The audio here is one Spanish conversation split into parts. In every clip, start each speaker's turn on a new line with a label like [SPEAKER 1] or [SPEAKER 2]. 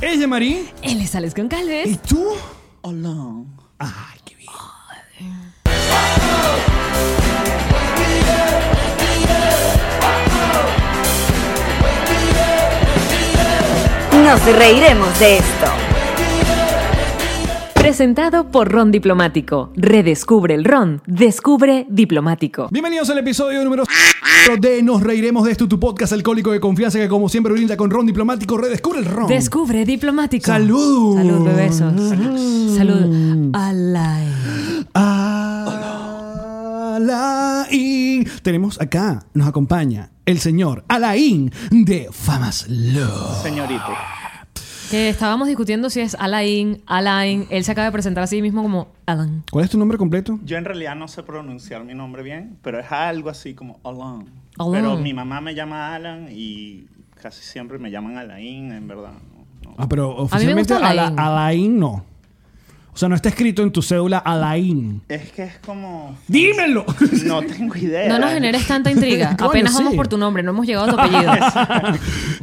[SPEAKER 1] Ella, Marí.
[SPEAKER 2] Él es Alex Goncalves.
[SPEAKER 1] ¿Y tú?
[SPEAKER 3] Hola.
[SPEAKER 1] Ay, qué bien.
[SPEAKER 4] Nos reiremos de esto.
[SPEAKER 2] Presentado por Ron Diplomático. Redescubre el Ron. Descubre Diplomático.
[SPEAKER 1] Bienvenidos al episodio número 4 de Nos Reiremos de esto, tu podcast alcohólico de confianza que como siempre brinda con Ron Diplomático. Redescubre el Ron.
[SPEAKER 2] Descubre Diplomático.
[SPEAKER 1] Salud.
[SPEAKER 2] Salud, bebesos. Salud. Salud. Alay.
[SPEAKER 1] Alain. Tenemos acá, nos acompaña el señor Alain de Famas Love.
[SPEAKER 3] Señorito.
[SPEAKER 2] Que estábamos discutiendo si es Alain, Alain. Él se acaba de presentar a sí mismo como Alan.
[SPEAKER 1] ¿Cuál es tu nombre completo?
[SPEAKER 3] Yo en realidad no sé pronunciar mi nombre bien, pero es algo así como Alan.
[SPEAKER 2] Alan.
[SPEAKER 3] Pero mi mamá me llama Alan y casi siempre me llaman Alain, en verdad. No, no.
[SPEAKER 1] Ah, pero oficialmente
[SPEAKER 2] gusta
[SPEAKER 1] Ala-
[SPEAKER 2] Alain.
[SPEAKER 1] Alain no. O sea, no está escrito en tu cédula Alain.
[SPEAKER 3] Es que es como...
[SPEAKER 1] ¡Dímelo!
[SPEAKER 3] No tengo idea.
[SPEAKER 2] No nos generes tanta intriga.
[SPEAKER 1] Coño,
[SPEAKER 2] Apenas vamos
[SPEAKER 1] sí.
[SPEAKER 2] por tu nombre, no hemos llegado a tu apellido.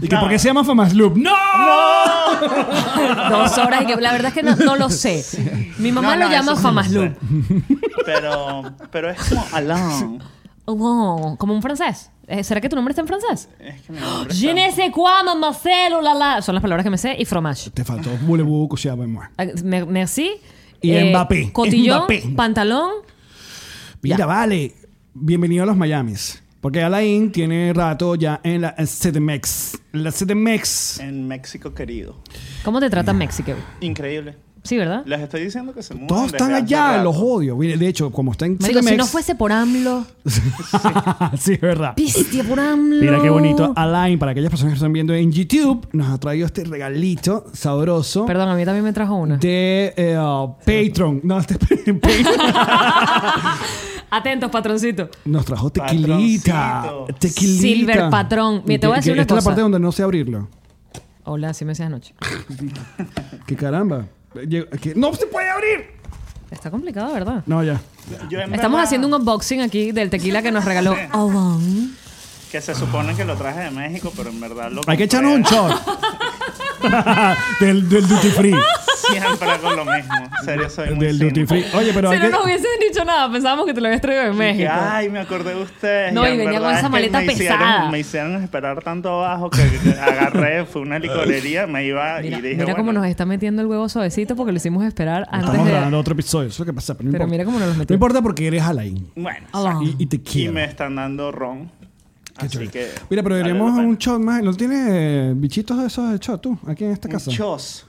[SPEAKER 1] ¿Y que por qué se llama Famas Loop? ¡No!
[SPEAKER 2] Dos horas y que la verdad es que no, no lo sé. Mi mamá
[SPEAKER 3] No,
[SPEAKER 2] lo
[SPEAKER 3] no,
[SPEAKER 2] llama
[SPEAKER 3] eso sí no
[SPEAKER 2] Famaslu.
[SPEAKER 3] sé. Pero, pero es como Alan.
[SPEAKER 2] Wow, Oh, como un francés. Eh, ¿Será que tu nombre está en francés?
[SPEAKER 3] Es que mi nombre
[SPEAKER 2] Je ne
[SPEAKER 3] está-
[SPEAKER 2] sais quoi, mamá, célula, la. Son las palabras que me sé. Y fromage.
[SPEAKER 1] Te faltó Boulevou, Cochea, Benoit.
[SPEAKER 2] Ah, me- Merci. Eh,
[SPEAKER 1] Y Mbappé.
[SPEAKER 2] Cotillón,
[SPEAKER 1] Mbappé.
[SPEAKER 2] pantalón.
[SPEAKER 1] Mira,
[SPEAKER 2] Ya.
[SPEAKER 1] vale. Bienvenido a los Miamis. Porque Alain tiene rato ya en la CDMX. La CDMX.
[SPEAKER 3] En México querido.
[SPEAKER 2] ¿Cómo te tratan México?
[SPEAKER 3] Increíble.
[SPEAKER 2] Sí, ¿verdad?
[SPEAKER 3] Les estoy diciendo que se mudan.
[SPEAKER 1] Todos
[SPEAKER 3] desde
[SPEAKER 1] están
[SPEAKER 3] hace
[SPEAKER 1] allá,
[SPEAKER 3] rato.
[SPEAKER 1] los odio. Mira, De hecho, como está en
[SPEAKER 2] Marico,
[SPEAKER 1] CDMX.
[SPEAKER 2] si no fuese por AMLO,
[SPEAKER 1] sí, es verdad.
[SPEAKER 2] pistia por AMLO.
[SPEAKER 1] Mira qué bonito. Alain, para aquellas personas que están viendo en YouTube, nos ha traído este regalito sabroso.
[SPEAKER 2] Perdón, a mí también me trajo una.
[SPEAKER 1] De eh, uh, Patreon. No, este en Patreon.
[SPEAKER 2] Atentos, patroncito.
[SPEAKER 1] Nos trajo tequilita.
[SPEAKER 3] Patroncito.
[SPEAKER 1] Tequilita.
[SPEAKER 2] Silver patrón. Mira, te voy a
[SPEAKER 1] Que- que
[SPEAKER 2] decir una
[SPEAKER 1] Esta es
[SPEAKER 2] cosa.
[SPEAKER 1] la parte donde no sé abrirlo.
[SPEAKER 2] Hola, sí me decías anoche.
[SPEAKER 1] Que caramba. Llega- que- ¡No se puede abrir!
[SPEAKER 2] Está complicado, ¿verdad?
[SPEAKER 1] No, ya.
[SPEAKER 3] Yo en
[SPEAKER 2] Estamos
[SPEAKER 3] verdad-
[SPEAKER 2] haciendo un unboxing aquí del tequila que nos regaló Alan.
[SPEAKER 3] Que se supone que lo traje de México, pero en verdad lo
[SPEAKER 1] Hay que
[SPEAKER 3] compré
[SPEAKER 1] echarnos un shot. del, del duty free.
[SPEAKER 3] Siempre con lo mismo. En serio, soy muy
[SPEAKER 1] Del duty
[SPEAKER 3] cínico.
[SPEAKER 1] free. Oye, pero
[SPEAKER 2] Si
[SPEAKER 1] hay
[SPEAKER 2] no
[SPEAKER 1] que.
[SPEAKER 2] nos hubiesen dicho nada, pensábamos que te lo habías traído de
[SPEAKER 3] Que,
[SPEAKER 2] México.
[SPEAKER 3] Ay, me acordé de ustedes.
[SPEAKER 2] No, y
[SPEAKER 3] en
[SPEAKER 2] venía con
[SPEAKER 3] verdad
[SPEAKER 2] esa
[SPEAKER 3] es que
[SPEAKER 2] maleta
[SPEAKER 3] me
[SPEAKER 2] pesada.
[SPEAKER 3] Hicieron, me hicieron esperar tanto abajo que que agarré, fue una licorería, me iba
[SPEAKER 2] Mira,
[SPEAKER 3] y dije.
[SPEAKER 2] mira cómo
[SPEAKER 3] bueno,
[SPEAKER 2] nos está metiendo el huevo suavecito porque lo hicimos esperar antes
[SPEAKER 1] Estamos
[SPEAKER 2] de.
[SPEAKER 1] grabando otro episodio. Eso es lo que pasa. Pero, no
[SPEAKER 2] Pero
[SPEAKER 1] importa.
[SPEAKER 2] mira cómo nos los Ah.
[SPEAKER 1] No
[SPEAKER 2] metió.
[SPEAKER 1] importa porque eres Alain.
[SPEAKER 3] Bueno,
[SPEAKER 2] Alan.
[SPEAKER 1] Y, y te
[SPEAKER 3] y
[SPEAKER 1] quiero.
[SPEAKER 3] me están dando ron. Así
[SPEAKER 1] chévere.
[SPEAKER 3] que.
[SPEAKER 1] Mira, pero
[SPEAKER 3] vale
[SPEAKER 1] deberíamos
[SPEAKER 3] la
[SPEAKER 1] un
[SPEAKER 3] pena.
[SPEAKER 1] shot más. ¿No tienes bichitos de esos de shot tú? Aquí en esta
[SPEAKER 3] Un
[SPEAKER 1] casa.
[SPEAKER 3] chos.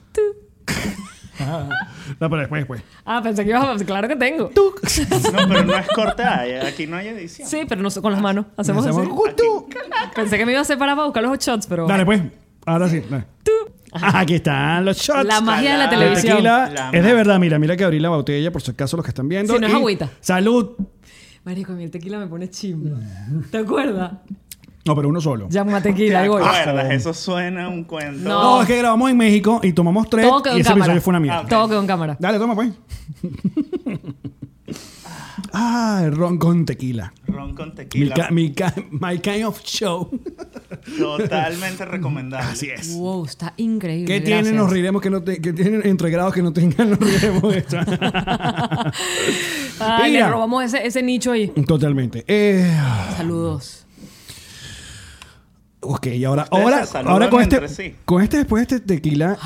[SPEAKER 1] No, pero después, después.
[SPEAKER 2] Ah, pensé que ibas a. Claro que tengo.
[SPEAKER 3] No, pero no es cortada. eh, Aquí no hay edición.
[SPEAKER 2] Sí, pero nos- con las manos. Hacemos,
[SPEAKER 1] Hacemos-
[SPEAKER 2] así.
[SPEAKER 1] ¡Uh, tú!
[SPEAKER 2] Pensé que me iba a separar para buscar los shots, pero.
[SPEAKER 1] Dale, pues. Ahora sí. dale. Aquí están los shots.
[SPEAKER 2] La magia de la
[SPEAKER 3] La
[SPEAKER 1] El
[SPEAKER 2] televisión.
[SPEAKER 1] Ah, tequila
[SPEAKER 3] La
[SPEAKER 1] es de
[SPEAKER 3] ma-
[SPEAKER 1] verdad, mira, mira que abrí la botella por si acaso los que están viendo.
[SPEAKER 2] Si no es
[SPEAKER 1] Y
[SPEAKER 2] agüita.
[SPEAKER 1] Salud.
[SPEAKER 2] Marico, a mí el tequila me pone chimba. ¿Te acuerdas?
[SPEAKER 1] No, pero uno solo.
[SPEAKER 2] Llamo a tequila
[SPEAKER 1] Ah,
[SPEAKER 3] ¿Te
[SPEAKER 2] y voy.
[SPEAKER 3] acuerdas? Eso suena a un cuento.
[SPEAKER 2] No.
[SPEAKER 1] No, es que grabamos en México y tomamos tres
[SPEAKER 2] Todo quedó
[SPEAKER 1] y
[SPEAKER 2] en
[SPEAKER 1] ese
[SPEAKER 2] cámara.
[SPEAKER 1] episodio fue una mierda.
[SPEAKER 3] Ah, ok.
[SPEAKER 2] Todo quedó en cámara.
[SPEAKER 1] Dale, toma pues. ah, el ron con tequila.
[SPEAKER 3] Ron con
[SPEAKER 1] Mi
[SPEAKER 3] tequila.
[SPEAKER 1] ca- mi ca- my kind of show.
[SPEAKER 3] Totalmente recomendable.
[SPEAKER 1] Así es.
[SPEAKER 2] Wow, está increíble.
[SPEAKER 1] ¿Qué
[SPEAKER 2] gracias.
[SPEAKER 1] tienen nos riremos que no te- que tienen entregados que no tengan nos riremos de esto?
[SPEAKER 2] Ay, le
[SPEAKER 1] Mira.
[SPEAKER 2] robamos ese, ese nicho ahí.
[SPEAKER 1] Totalmente. Eh,
[SPEAKER 2] Saludos.
[SPEAKER 1] ok, y ahora,
[SPEAKER 3] Ustedes
[SPEAKER 1] ahora,
[SPEAKER 3] se saludan
[SPEAKER 1] ahora con este,
[SPEAKER 3] entre sí.
[SPEAKER 1] con este después de este tequila,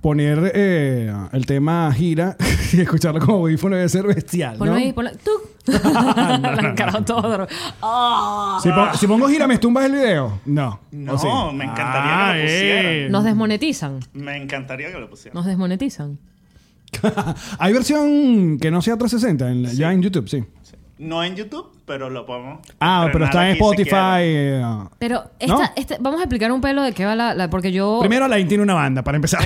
[SPEAKER 1] poner eh, el tema gira y escucharlo como audífono debe ser bestial.
[SPEAKER 2] Ponlo
[SPEAKER 1] ¿no?
[SPEAKER 2] ahí, ponlo. ¡Tú! La han encarado todo. Ah.
[SPEAKER 1] Si, pon- si pongo gira, ¿me tumbas el video? No.
[SPEAKER 3] No,
[SPEAKER 1] ¿O sí?
[SPEAKER 3] me encantaría que lo pusieran.
[SPEAKER 1] eh.
[SPEAKER 2] Nos desmonetizan.
[SPEAKER 3] Me encantaría que lo pusieran.
[SPEAKER 2] Nos desmonetizan.
[SPEAKER 1] Hay versión que no sea 360 en la- ya en YouTube, sí.
[SPEAKER 3] Sí. No en YouTube, pero lo podemos.
[SPEAKER 1] Ah, pero
[SPEAKER 3] estrenar
[SPEAKER 1] está en
[SPEAKER 3] aquí si
[SPEAKER 1] Spotify.
[SPEAKER 3] quieren.
[SPEAKER 1] eh, ah.
[SPEAKER 2] Pero
[SPEAKER 1] ¿No?
[SPEAKER 2] esta, esta- vamos a explicar un pelo de qué va la. la- porque yo.
[SPEAKER 1] Primero Alain tiene una banda, para empezar.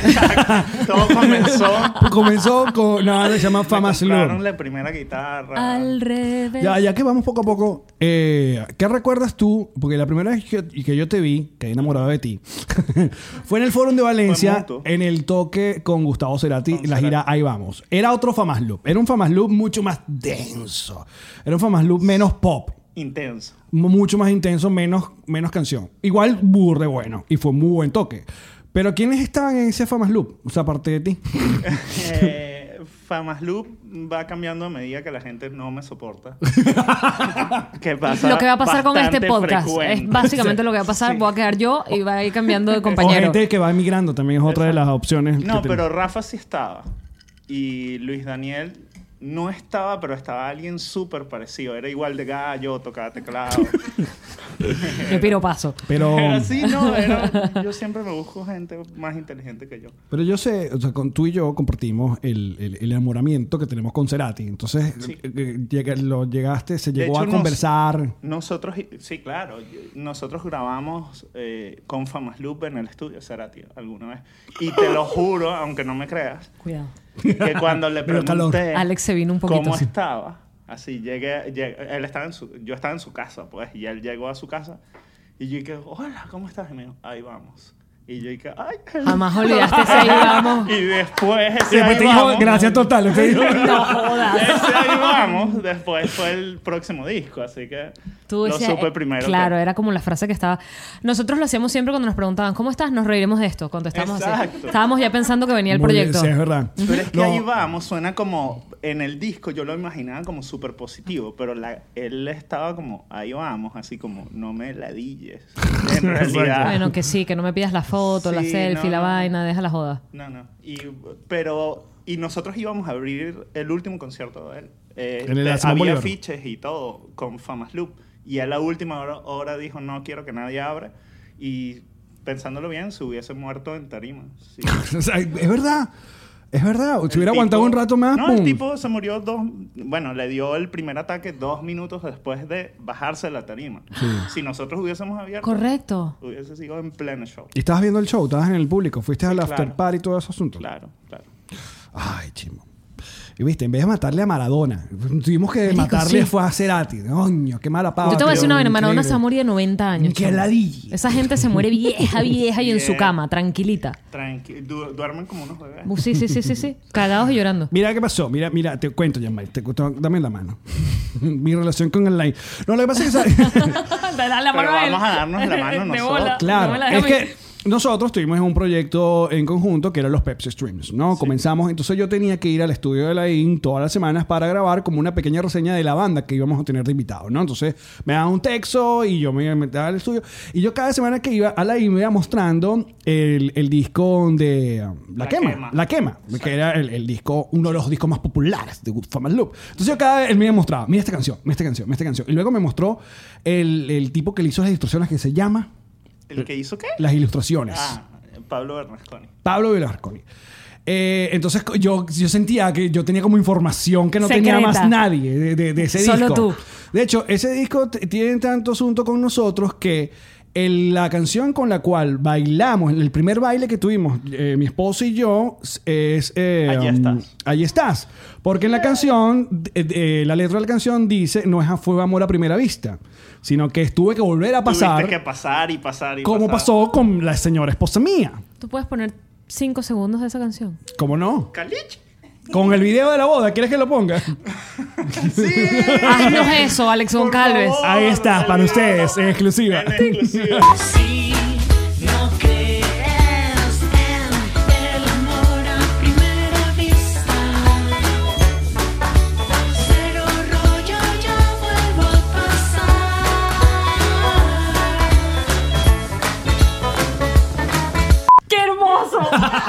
[SPEAKER 3] Todo comenzó.
[SPEAKER 1] Comenzó con una banda que se llama
[SPEAKER 3] Me
[SPEAKER 1] Fama
[SPEAKER 3] compraron
[SPEAKER 1] Slur.
[SPEAKER 3] la primera guitarra.
[SPEAKER 2] Al revés.
[SPEAKER 1] Ya, ya que vamos poco a poco, eh, ¿qué recuerdas tú? Porque la primera vez que, que yo te vi, que enamorado de ti, fue en el Fórum de Valencia,
[SPEAKER 3] mutuo.
[SPEAKER 1] en el toque con Gustavo Cerati,
[SPEAKER 3] Con
[SPEAKER 1] la
[SPEAKER 3] Cerati.
[SPEAKER 1] gira Ahí Vamos. Era otro Famas Loop, era un Famas Loop mucho más denso, era un Famas Loop menos pop,
[SPEAKER 3] Intenso.
[SPEAKER 1] mucho más intenso, menos, menos canción. Igual burre bueno y fue muy buen toque. Pero ¿quiénes estaban en ese Famas Loop? O sea, aparte de ti.
[SPEAKER 3] Eh, Famas Loop va cambiando a medida que la gente no me soporta. que pasa
[SPEAKER 2] Lo que va a pasar con este
[SPEAKER 3] bastante
[SPEAKER 2] podcast
[SPEAKER 3] frecuente.
[SPEAKER 2] es básicamente lo que va a pasar. Voy a quedar yo y va a ir cambiando de
[SPEAKER 1] O
[SPEAKER 2] compañero.
[SPEAKER 1] gente que va emigrando también es otra de las opciones.
[SPEAKER 3] No,
[SPEAKER 1] que
[SPEAKER 3] pero
[SPEAKER 1] tenemos.
[SPEAKER 3] Rafa sí estaba. Y Luis Daniel no estaba, pero estaba alguien súper parecido. Era igual de gallo, tocaba teclado.
[SPEAKER 2] Yo piro paso.
[SPEAKER 1] Pero,
[SPEAKER 3] Era así, no, era- yo siempre me busco gente más inteligente que yo.
[SPEAKER 1] pero yo sé, o sea, con, tú y yo compartimos el, el- el enamoramiento que tenemos con Cerati. Entonces,
[SPEAKER 3] Sí.
[SPEAKER 1] eh, eh, llega- lo llegaste, se
[SPEAKER 3] De
[SPEAKER 1] llegó
[SPEAKER 3] hecho,
[SPEAKER 1] a
[SPEAKER 3] nos-
[SPEAKER 1] conversar.
[SPEAKER 3] Nosotros, sí, claro, nosotros grabamos eh, con Famas Loop en el estudio, Cerati, alguna vez. Y te lo juro, aunque no me creas,
[SPEAKER 2] Cuidado.
[SPEAKER 3] que cuando le
[SPEAKER 1] Me dio calor.
[SPEAKER 3] pregunté
[SPEAKER 2] Alex se vino un poquito
[SPEAKER 3] cómo
[SPEAKER 2] así.
[SPEAKER 3] estaba, así llegué, llegué- él estaba en su, yo estaba en su casa, pues, y él llegó a su casa y yo dije, hola, ¿cómo estás? Y me dijo, ahí vamos. Y yo dije, ay,
[SPEAKER 2] Jamás olvidaste ese ahí, vamos.
[SPEAKER 3] Y después ese
[SPEAKER 1] Y después
[SPEAKER 3] ahí
[SPEAKER 1] te dijo,
[SPEAKER 3] vamos-
[SPEAKER 1] gracias total. Te dijo,
[SPEAKER 2] No jodas.
[SPEAKER 3] ese ahí vamos, después fue el próximo disco, así que
[SPEAKER 2] Tú
[SPEAKER 3] lo
[SPEAKER 2] decías,
[SPEAKER 3] supe
[SPEAKER 2] eh,
[SPEAKER 3] primero. que-
[SPEAKER 2] Claro, era como la frase que estaba. Nosotros lo hacíamos siempre cuando nos preguntaban, ¿cómo estás? Nos reiremos de esto. Contestamos así.
[SPEAKER 3] Exacto.
[SPEAKER 2] Estábamos ya pensando que venía el
[SPEAKER 1] Muy bien,
[SPEAKER 2] proyecto.
[SPEAKER 1] sí, es verdad.
[SPEAKER 3] Pero es que
[SPEAKER 1] No,
[SPEAKER 3] ahí vamos, suena como en el disco, yo lo imaginaba como súper positivo, pero la- él estaba como, ahí vamos, así como, no me ladilles. En realidad.
[SPEAKER 2] Bueno, que sí, que no me pidas la foto, la
[SPEAKER 3] Sí,
[SPEAKER 2] selfie,
[SPEAKER 3] no,
[SPEAKER 2] la
[SPEAKER 3] no.
[SPEAKER 2] vaina, deja la joda.
[SPEAKER 3] No, no. Y, pero, y nosotros íbamos a abrir el último concierto de él. Eh,
[SPEAKER 1] En el
[SPEAKER 3] te-
[SPEAKER 1] Simón
[SPEAKER 3] había
[SPEAKER 1] Bolívar.
[SPEAKER 3] fiches y todo con Famas Loop. Y a la última hora, hora dijo, no quiero que nadie abra. Y pensándolo bien, se hubiese muerto en tarima. Sí.
[SPEAKER 1] o sea, es verdad. Es verdad. Si hubiera
[SPEAKER 3] El
[SPEAKER 1] aguantado
[SPEAKER 3] tipo-
[SPEAKER 1] un rato más,
[SPEAKER 3] No,
[SPEAKER 1] pum.
[SPEAKER 3] el tipo se murió dos. Bueno, le dio el primer ataque dos minutos después de bajarse de la tarima. Si nosotros hubiésemos abierto,
[SPEAKER 2] Correcto.
[SPEAKER 3] hubiese sido en pleno show.
[SPEAKER 1] Y estabas viendo el show, estabas en el público, fuiste al
[SPEAKER 3] claro.
[SPEAKER 1] after party y todo ese asunto.
[SPEAKER 3] Claro, claro.
[SPEAKER 1] Ay, chimo. Y viste, en vez de matarle a Maradona, tuvimos que
[SPEAKER 2] Marico,
[SPEAKER 1] matarle
[SPEAKER 2] sí.
[SPEAKER 1] fue a Cerati. Coño, qué mala pava.
[SPEAKER 2] Yo te voy a decir una vaina,
[SPEAKER 1] pero
[SPEAKER 2] Maradona se va a
[SPEAKER 1] increíble.
[SPEAKER 2] morir de 90 años.
[SPEAKER 1] Qué
[SPEAKER 2] chamo.
[SPEAKER 1] ladilla.
[SPEAKER 2] Esa gente se muere vieja, vieja y en su
[SPEAKER 3] Bien.
[SPEAKER 2] cama, tranquilita.
[SPEAKER 3] Tranqui du- duermen como unos bebés.
[SPEAKER 2] Uh, Sí, sí, sí, sí, sí. Cagados y llorando.
[SPEAKER 1] Mira qué pasó. Mira, mira, te cuento, Yamay. Te, cuento- dame la mano. Mi relación con el line. No, lo que pasa es que... ¿sabes?
[SPEAKER 2] Dale la
[SPEAKER 3] Pero
[SPEAKER 2] mano él.
[SPEAKER 3] vamos a darnos la mano
[SPEAKER 2] De
[SPEAKER 3] nosotros.
[SPEAKER 2] bola.
[SPEAKER 1] Claro.
[SPEAKER 2] No me la
[SPEAKER 1] es
[SPEAKER 2] dejes a mí.
[SPEAKER 1] que nosotros tuvimos un proyecto en conjunto que eran los Pepsi Streams, ¿no? Comenzamos, entonces yo tenía que ir al estudio de la IN todas las semanas para grabar como una pequeña reseña de la banda que íbamos a tener de invitado, ¿no? Entonces me daban un texto y yo me metía al estudio. Y yo cada semana que iba a la IN me iba mostrando el, el disco de um, La,
[SPEAKER 3] La
[SPEAKER 1] quema,
[SPEAKER 3] Quema.
[SPEAKER 1] La Quema, que era el, el disco, uno de los discos más populares de Good Fama Loop. Entonces yo cada vez él me mostraba, mira esta canción, mira esta canción, mira esta canción. Y luego me mostró el, el tipo que le hizo las instrucciones que se llama
[SPEAKER 3] ¿El que hizo qué?
[SPEAKER 1] las ilustraciones.
[SPEAKER 3] Ah, Pablo Bernasconi.
[SPEAKER 1] Pablo Velarconi. Eh, entonces co- yo, yo sentía que yo tenía como información que no tenía
[SPEAKER 2] Secreta.
[SPEAKER 1] más nadie de, de- de ese
[SPEAKER 2] Solo
[SPEAKER 1] disco.
[SPEAKER 2] tú.
[SPEAKER 1] De hecho, ese disco t- tiene tanto asunto con nosotros que el- la canción con la cual bailamos, el primer baile que tuvimos eh, mi esposo y yo s- es... eh,
[SPEAKER 3] Allí estás.
[SPEAKER 1] Allí estás. Porque en la canción, eh, eh, la letra de la canción dice, no es a fuego amor a primera vista, sino que tuve que volver a pasar
[SPEAKER 3] Tuviste que pasar y pasar y
[SPEAKER 1] como
[SPEAKER 3] pasar.
[SPEAKER 1] pasó con la señora esposa mía.
[SPEAKER 2] Tú puedes poner 5 segundos de esa canción.
[SPEAKER 1] ¿Cómo no?
[SPEAKER 3] Caliche.
[SPEAKER 1] Con el video de la boda, ¿quieres que lo ponga?
[SPEAKER 2] Haznos eso, Alex
[SPEAKER 3] Por
[SPEAKER 2] Goncalves.
[SPEAKER 3] favor.
[SPEAKER 1] Ahí está, para ustedes, en exclusiva.
[SPEAKER 3] En exclusiva.
[SPEAKER 5] Si no crees en el amor a primera vista, cero rollo yo vuelvo a pasar.
[SPEAKER 2] ¡Qué hermoso! ¡Qué hermoso!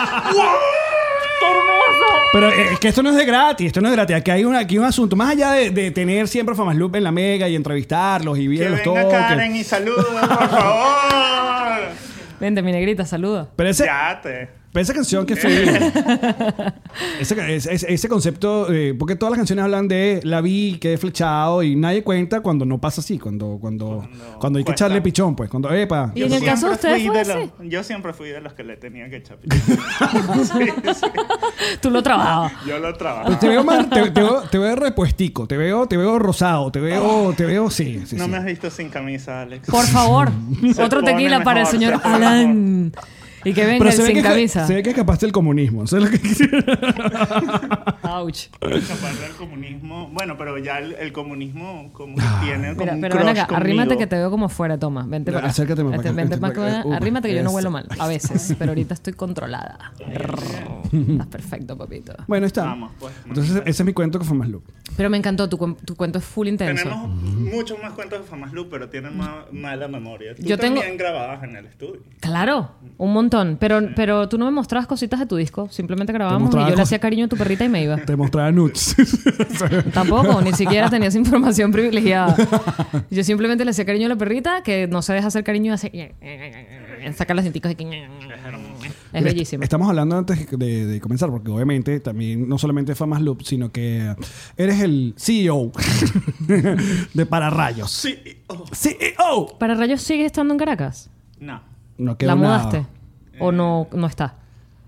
[SPEAKER 1] Pero eh, es que esto no es de gratis, esto no es de gratis. Aquí hay un, aquí hay un asunto, más allá de, de tener siempre Famas Loop en la mega y entrevistarlos y
[SPEAKER 3] Que
[SPEAKER 1] verlos
[SPEAKER 3] venga
[SPEAKER 1] todos.
[SPEAKER 3] Karen y saluda, por favor.
[SPEAKER 2] Vente, mi negrita, saluda.
[SPEAKER 1] Pero ese,
[SPEAKER 3] Ya te.
[SPEAKER 1] pero esa canción que fue... ese, ese- ese concepto, eh, porque todas las canciones hablan de la vi, quedé flechado y nadie cuenta cuando no pasa así, cuando, cuando, cuando,
[SPEAKER 3] Cuando
[SPEAKER 1] hay que
[SPEAKER 3] cuesta.
[SPEAKER 1] echarle pichón, pues, cuando, epa.
[SPEAKER 2] Y en el caso de ustedes
[SPEAKER 3] fui
[SPEAKER 2] fue
[SPEAKER 3] de
[SPEAKER 2] así.
[SPEAKER 3] los- Yo siempre fui de los que le tenía que echar pichón. Sí, sí.
[SPEAKER 2] Tú lo trabajabas.
[SPEAKER 3] Yo lo trabajo.
[SPEAKER 1] Pues te veo más, te, te veo, te veo repuestico, te veo, te veo rosado, te veo, te veo, sí, sí,
[SPEAKER 3] No
[SPEAKER 1] sí.
[SPEAKER 3] me has visto sin camisa, Alex.
[SPEAKER 2] Por favor,
[SPEAKER 3] Se
[SPEAKER 2] otro
[SPEAKER 3] pone
[SPEAKER 2] tequila para el
[SPEAKER 3] mejor,
[SPEAKER 2] señor
[SPEAKER 3] se pone
[SPEAKER 2] Alan. Y que venga
[SPEAKER 1] Pero
[SPEAKER 2] el
[SPEAKER 1] se ve,
[SPEAKER 2] sin
[SPEAKER 1] que,
[SPEAKER 2] camisa.
[SPEAKER 1] se ve que escapaste del comunismo. ¿sabes lo que
[SPEAKER 2] Ouch.
[SPEAKER 3] Escapar del comunismo. Bueno, pero ya el, el comunismo como que tiene como
[SPEAKER 2] Mira,
[SPEAKER 3] un
[SPEAKER 2] pero ven acá,
[SPEAKER 3] crush
[SPEAKER 2] arrímate
[SPEAKER 3] conmigo.
[SPEAKER 2] que te veo como fuera, toma. Vente para acá.
[SPEAKER 1] Acércate más
[SPEAKER 2] Vente-
[SPEAKER 1] para acá,
[SPEAKER 2] Vente
[SPEAKER 1] vente
[SPEAKER 2] más
[SPEAKER 1] para acá.
[SPEAKER 2] acá. Arrímate que yo no
[SPEAKER 1] Uf,
[SPEAKER 2] huelo
[SPEAKER 1] esa.
[SPEAKER 2] mal, a veces, pero ahorita estoy controlada. Estás perfecto, papito.
[SPEAKER 1] Bueno, está.
[SPEAKER 3] Vamos, pues.
[SPEAKER 1] Entonces, ese es mi cuento que fue más loco.
[SPEAKER 2] Pero me encantó, tu, cuen- tu cuento es full intenso.
[SPEAKER 3] Tenemos muchos más cuentos de Famas Loop, pero tienen ma- mala memoria. Tú
[SPEAKER 2] Yo tengo-
[SPEAKER 3] también grababas en el estudio.
[SPEAKER 2] Claro, un montón. Pero, pero tú no me mostrabas cositas de tu disco, simplemente grabábamos y
[SPEAKER 1] mostraba
[SPEAKER 2] yo le
[SPEAKER 1] cos-
[SPEAKER 2] hacía cariño a tu perrita y me iba.
[SPEAKER 1] Te mostraba nuts.
[SPEAKER 2] Tampoco, ni siquiera tenías información privilegiada. Yo simplemente le hacía cariño a la perrita que no se deja hacer cariño y hace... sacar las cinticas y... Es
[SPEAKER 1] Mira,
[SPEAKER 2] bellísimo.
[SPEAKER 1] Estamos hablando antes de, de comenzar, porque obviamente también no solamente fue más loop, sino que eres el CEO de Pararrayos. E
[SPEAKER 3] Sí. oh,
[SPEAKER 1] CEO.
[SPEAKER 2] ¿Para rayos sigue estando en Caracas?
[SPEAKER 3] No.
[SPEAKER 1] No quedó
[SPEAKER 2] ¿La
[SPEAKER 1] nada.
[SPEAKER 2] mudaste? ¿O no, no está?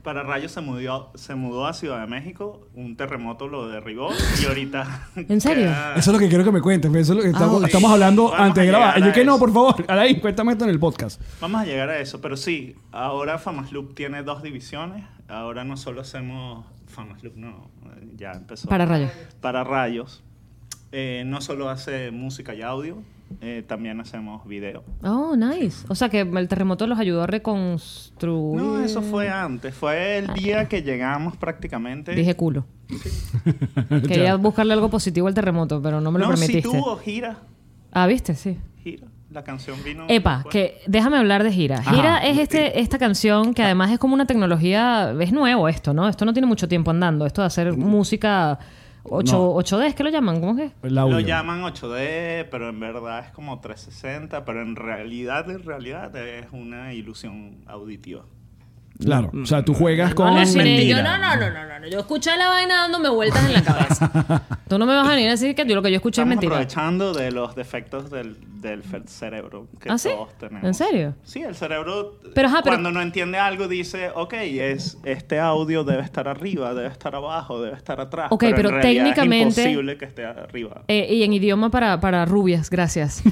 [SPEAKER 3] Para Rayos se mudó, se mudó a Ciudad de México, un terremoto lo derribó y ahorita...
[SPEAKER 2] ¿En serio?
[SPEAKER 3] queda-
[SPEAKER 1] Eso es lo que quiero que me cuentes. pues, Eso es lo que estamos,
[SPEAKER 3] Ah,
[SPEAKER 2] ok.
[SPEAKER 1] estamos hablando
[SPEAKER 3] Vamos
[SPEAKER 1] antes de
[SPEAKER 3] a
[SPEAKER 1] grabar.
[SPEAKER 3] llegar a
[SPEAKER 1] Yo que no,
[SPEAKER 3] eso.
[SPEAKER 1] por favor. Alain, cuéntame esto en el podcast.
[SPEAKER 3] Vamos a llegar a eso, pero sí, ahora Famasloop tiene dos divisiones. Ahora no solo hacemos Famasloop, no, eh, ya empezó.
[SPEAKER 2] Para rayos.
[SPEAKER 3] Para Rayos. Eh, no solo hace música y audio, eh, también hacemos video.
[SPEAKER 2] Oh, nice. O sea que el terremoto los ayudó a reconstruir...
[SPEAKER 3] No, eso fue antes, fue el día que llegamos prácticamente.
[SPEAKER 2] Dije culo.
[SPEAKER 1] Ya.
[SPEAKER 2] Quería buscarle algo positivo al terremoto, pero no me lo
[SPEAKER 3] no, si
[SPEAKER 2] permitiste.
[SPEAKER 3] tuvo gira,
[SPEAKER 2] Ah, ¿viste? Sí.
[SPEAKER 3] gira. La canción vino.
[SPEAKER 2] Epa,
[SPEAKER 3] después.
[SPEAKER 2] que déjame hablar de Gira. Gira
[SPEAKER 1] Ajá.
[SPEAKER 2] es este, esta canción que además es como una tecnología, es nuevo esto, ¿no? Esto no tiene mucho tiempo andando, esto de hacer música 8,
[SPEAKER 1] No.
[SPEAKER 2] 8D, ¿es que lo llaman? ¿Cómo que?
[SPEAKER 1] El audio.
[SPEAKER 3] Lo llaman 8D, pero en verdad es como 360, pero en realidad, en realidad es una ilusión auditiva.
[SPEAKER 1] Claro. O sea, tú juegas con.
[SPEAKER 2] no, sí,
[SPEAKER 3] mentira.
[SPEAKER 2] yo no, no, no, no, no, no, yo escuché la vaina dándome vueltas en la cabeza. Tú no me vas a venir a decir que yo lo que yo escuché
[SPEAKER 3] Estamos
[SPEAKER 2] es mentira.
[SPEAKER 3] aprovechando de los defectos del, del fe- cerebro que
[SPEAKER 2] ¿Ah, sí?
[SPEAKER 3] todos tenemos.
[SPEAKER 2] ¿En serio?
[SPEAKER 3] Sí, el cerebro
[SPEAKER 2] Pero, ajá, pero-
[SPEAKER 3] cuando no entiende algo dice, ok, es, este audio debe estar arriba, debe estar abajo, debe estar atrás.
[SPEAKER 2] Ok,
[SPEAKER 3] pero,
[SPEAKER 2] pero
[SPEAKER 3] en realidad
[SPEAKER 2] técnicamente-
[SPEAKER 3] Es imposible que esté arriba.
[SPEAKER 2] Eh, y en idioma para, para rubias, gracias.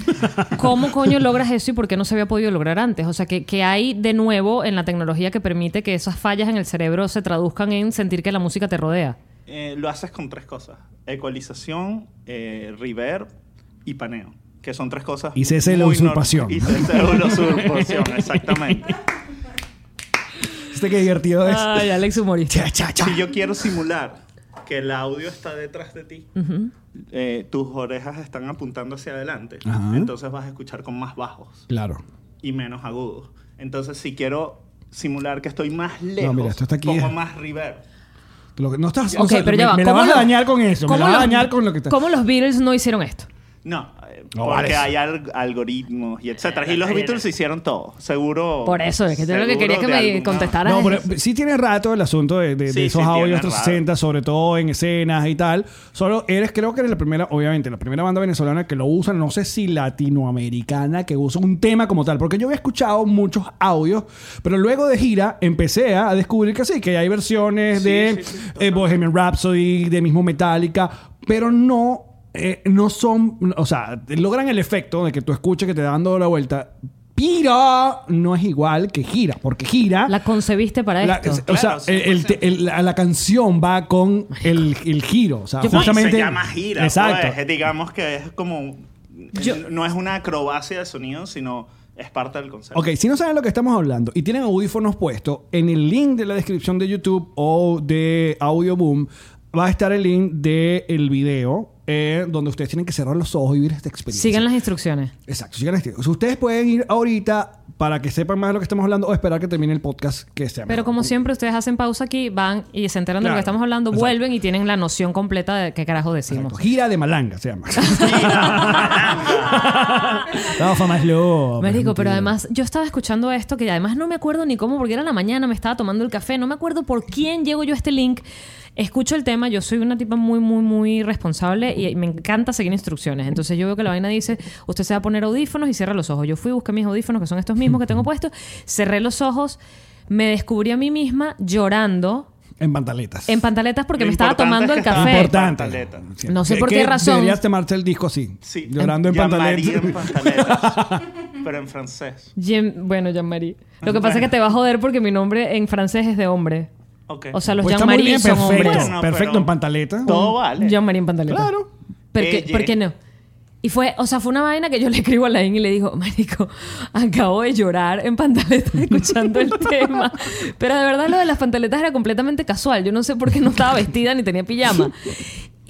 [SPEAKER 2] ¿Cómo coño logras eso y por qué no se había podido lograr antes? O sea, que, que hay de nuevo en la tecnología que permite que esas fallas en el cerebro se traduzcan en sentir que la música te rodea.
[SPEAKER 3] Eh, lo haces con tres cosas. Ecualización, eh, reverb y paneo. Que son tres cosas.
[SPEAKER 1] Y cese la
[SPEAKER 3] muy nor-
[SPEAKER 1] usurpación.
[SPEAKER 3] Y cese la usurpación, exactamente.
[SPEAKER 1] Este que divertido es.
[SPEAKER 2] Ay, Alex humorista.
[SPEAKER 1] Cha, cha, cha.
[SPEAKER 3] Si yo quiero simular que el audio está detrás de ti, eh, tus orejas están apuntando hacia adelante.
[SPEAKER 1] Ajá.
[SPEAKER 3] Entonces vas a escuchar con más bajos
[SPEAKER 1] Claro.
[SPEAKER 3] y menos agudos. Entonces, si quiero simular que estoy más lejos,
[SPEAKER 1] mira, esto está aquí,
[SPEAKER 3] pongo
[SPEAKER 1] eh.
[SPEAKER 3] más reverb.
[SPEAKER 1] Lo que- no estás.
[SPEAKER 2] Ok,
[SPEAKER 1] o sea,
[SPEAKER 2] pero
[SPEAKER 1] me,
[SPEAKER 2] ya va.
[SPEAKER 1] me la
[SPEAKER 2] ¿cómo
[SPEAKER 1] vas a
[SPEAKER 2] los-
[SPEAKER 1] dañar con eso. Me
[SPEAKER 2] cómo
[SPEAKER 1] la vas a
[SPEAKER 2] los-
[SPEAKER 1] dañar con lo que te.
[SPEAKER 2] ¿Cómo los Beatles no hicieron esto?
[SPEAKER 3] No, eh,
[SPEAKER 1] No
[SPEAKER 3] porque
[SPEAKER 1] vale.
[SPEAKER 3] hay alg- algoritmos y etcétera. Y los Beatles hicieron todo, seguro.
[SPEAKER 2] Por eso, es que yo lo que
[SPEAKER 3] seguro
[SPEAKER 2] quería es que
[SPEAKER 3] de
[SPEAKER 2] me
[SPEAKER 3] alguna-
[SPEAKER 2] contestaras.
[SPEAKER 1] No, pero sí tiene rato el asunto de, de- de
[SPEAKER 3] Sí,
[SPEAKER 1] esos
[SPEAKER 3] sí tiene
[SPEAKER 1] audios
[SPEAKER 3] rato.
[SPEAKER 1] 360, sobre todo en escenas y tal. Solo eres, creo que eres la primera, obviamente, la primera banda venezolana que lo usa, no sé si latinoamericana, que usa un tema como tal. Porque yo había escuchado muchos audios, pero luego de gira empecé a, a descubrir que sí, que hay versiones
[SPEAKER 3] Sí,
[SPEAKER 1] de
[SPEAKER 3] sí, sí,
[SPEAKER 1] eh, Bohemian Rhapsody, de mismo Metallica, pero no. eh, no son, o sea, logran el efecto de que tú escuches que te da dando la vuelta. Pira no es igual que gira, porque gira
[SPEAKER 2] La concebiste para
[SPEAKER 1] la-
[SPEAKER 2] esto.
[SPEAKER 1] o sea,
[SPEAKER 3] Claro,
[SPEAKER 1] el- el te- el- la, la canción va con el, el giro. O sea, justamente.
[SPEAKER 3] No, y se llama gira.
[SPEAKER 1] Exacto.
[SPEAKER 3] pues, digamos que es como.
[SPEAKER 2] Yo-
[SPEAKER 3] No es una acrobacia de sonido, sino es parte del concepto.
[SPEAKER 1] Ok, si no saben lo que estamos hablando y tienen audífonos puestos, en el link de la descripción de YouTube o de Audio Boom va a estar el link del video eh, donde ustedes tienen que cerrar los ojos y vivir esta experiencia.
[SPEAKER 2] Sigan las instrucciones.
[SPEAKER 1] Exacto, sigan este. O sea, ustedes pueden ir ahorita para que sepan más de lo que estamos hablando o esperar que termine el podcast que sea.
[SPEAKER 2] Pero
[SPEAKER 1] mejor.
[SPEAKER 2] como siempre, ustedes hacen pausa aquí, van y se enteran de lo
[SPEAKER 1] Claro.
[SPEAKER 2] que estamos hablando,
[SPEAKER 1] Exacto.
[SPEAKER 2] vuelven y tienen la noción completa de qué carajo decimos.
[SPEAKER 1] Exacto. Gira de malanga se llama. no, fue más loco.
[SPEAKER 2] Marico, pero además yo estaba escuchando esto que además no me acuerdo ni cómo, porque era la mañana, me estaba tomando el café, no me acuerdo por quién llego yo a este link. Escucho el tema, yo soy una tipa muy, muy, muy responsable y me encanta seguir instrucciones. Entonces yo veo que la vaina dice, usted se va a poner audífonos y cierra los ojos. Yo fui, busqué mis audífonos, que son estos mismos que tengo puestos, cerré los ojos, me descubrí a mí misma llorando
[SPEAKER 1] En pantaletas.
[SPEAKER 2] En pantaletas porque
[SPEAKER 3] Lo
[SPEAKER 2] me estaba
[SPEAKER 3] importante
[SPEAKER 2] tomando
[SPEAKER 3] es
[SPEAKER 2] el
[SPEAKER 3] que
[SPEAKER 2] café.
[SPEAKER 3] estaba-
[SPEAKER 1] Importante.
[SPEAKER 3] Pantaleta.
[SPEAKER 2] No sé
[SPEAKER 1] Que-
[SPEAKER 2] por qué
[SPEAKER 1] que
[SPEAKER 2] razón.
[SPEAKER 1] Deberías tomarte el este disco así.
[SPEAKER 3] Sí.
[SPEAKER 1] Llorando en
[SPEAKER 3] Llamaría en
[SPEAKER 1] pantaletas.
[SPEAKER 3] pantaletas, pero en francés.
[SPEAKER 2] Jean- bueno, Jean-Marie. Lo que pasa es que te va a joder porque mi nombre en francés es de hombre.
[SPEAKER 3] Ok.
[SPEAKER 2] O sea, los
[SPEAKER 1] Pues está muy
[SPEAKER 2] Jean-Marie
[SPEAKER 1] bien,
[SPEAKER 2] son
[SPEAKER 1] perfecto.
[SPEAKER 2] hombres.
[SPEAKER 3] Bueno,
[SPEAKER 1] perfecto,
[SPEAKER 3] pero-
[SPEAKER 1] en pantaleta.
[SPEAKER 3] Todo vale.
[SPEAKER 2] Jean-Marie en pantaleta.
[SPEAKER 1] Claro.
[SPEAKER 2] ¿Por qué,
[SPEAKER 3] Ella.
[SPEAKER 2] por qué no? Y fue, o sea, fue una vaina que yo le escribo a Lain y le digo, Marico, acabo de llorar en pantaletas escuchando el tema. Pero de verdad lo de las pantaletas era completamente casual. Yo no sé por qué no estaba vestida ni tenía pijama.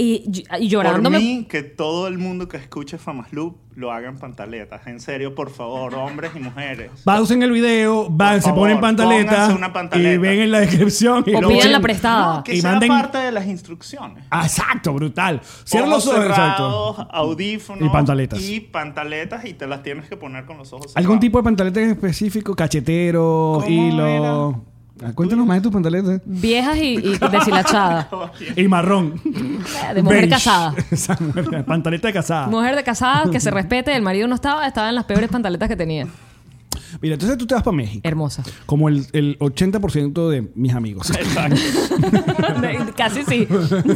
[SPEAKER 2] Y, y
[SPEAKER 3] Por
[SPEAKER 2] llorándome.
[SPEAKER 3] mí, que todo el mundo que escuche Famas Loop lo haga en pantaletas. En serio, por favor, hombres y mujeres.
[SPEAKER 1] Pausen el video, van, se
[SPEAKER 3] favor,
[SPEAKER 1] ponen pantaletas
[SPEAKER 3] pónganse una pantaleta.
[SPEAKER 1] y ven en la descripción. Y
[SPEAKER 2] O
[SPEAKER 1] lo
[SPEAKER 2] pidan
[SPEAKER 1] ven.
[SPEAKER 2] la prestada.
[SPEAKER 3] No, que
[SPEAKER 1] Y
[SPEAKER 3] sea
[SPEAKER 1] manden-
[SPEAKER 3] parte de las instrucciones.
[SPEAKER 1] Ah, Exacto, brutal. Cierra
[SPEAKER 3] Ojos
[SPEAKER 1] los ojos, exacto.
[SPEAKER 3] cerrados, audífonos
[SPEAKER 1] Y pantaletas.
[SPEAKER 3] Y pantaletas y te las tienes que poner con los ojos cerrados.
[SPEAKER 1] ¿Algún tipo de pantaleta en específico? Cachetero,
[SPEAKER 3] ¿Cómo
[SPEAKER 1] hilo. Ah, Cuéntanos más de tus pantaletas.
[SPEAKER 2] Viejas y, y deshilachadas.
[SPEAKER 1] Y marrón.
[SPEAKER 2] De mujer
[SPEAKER 1] Beige.
[SPEAKER 2] casada.
[SPEAKER 1] Esa mujer- pantaleta de casada.
[SPEAKER 2] Mujer de casada que se respete, el marido no estaba, estaba en las peores pantaletas que tenía.
[SPEAKER 1] Mira, entonces tú te vas para México.
[SPEAKER 2] Hermosa.
[SPEAKER 1] Como el, el 80% de mis amigos.
[SPEAKER 2] Casi sí.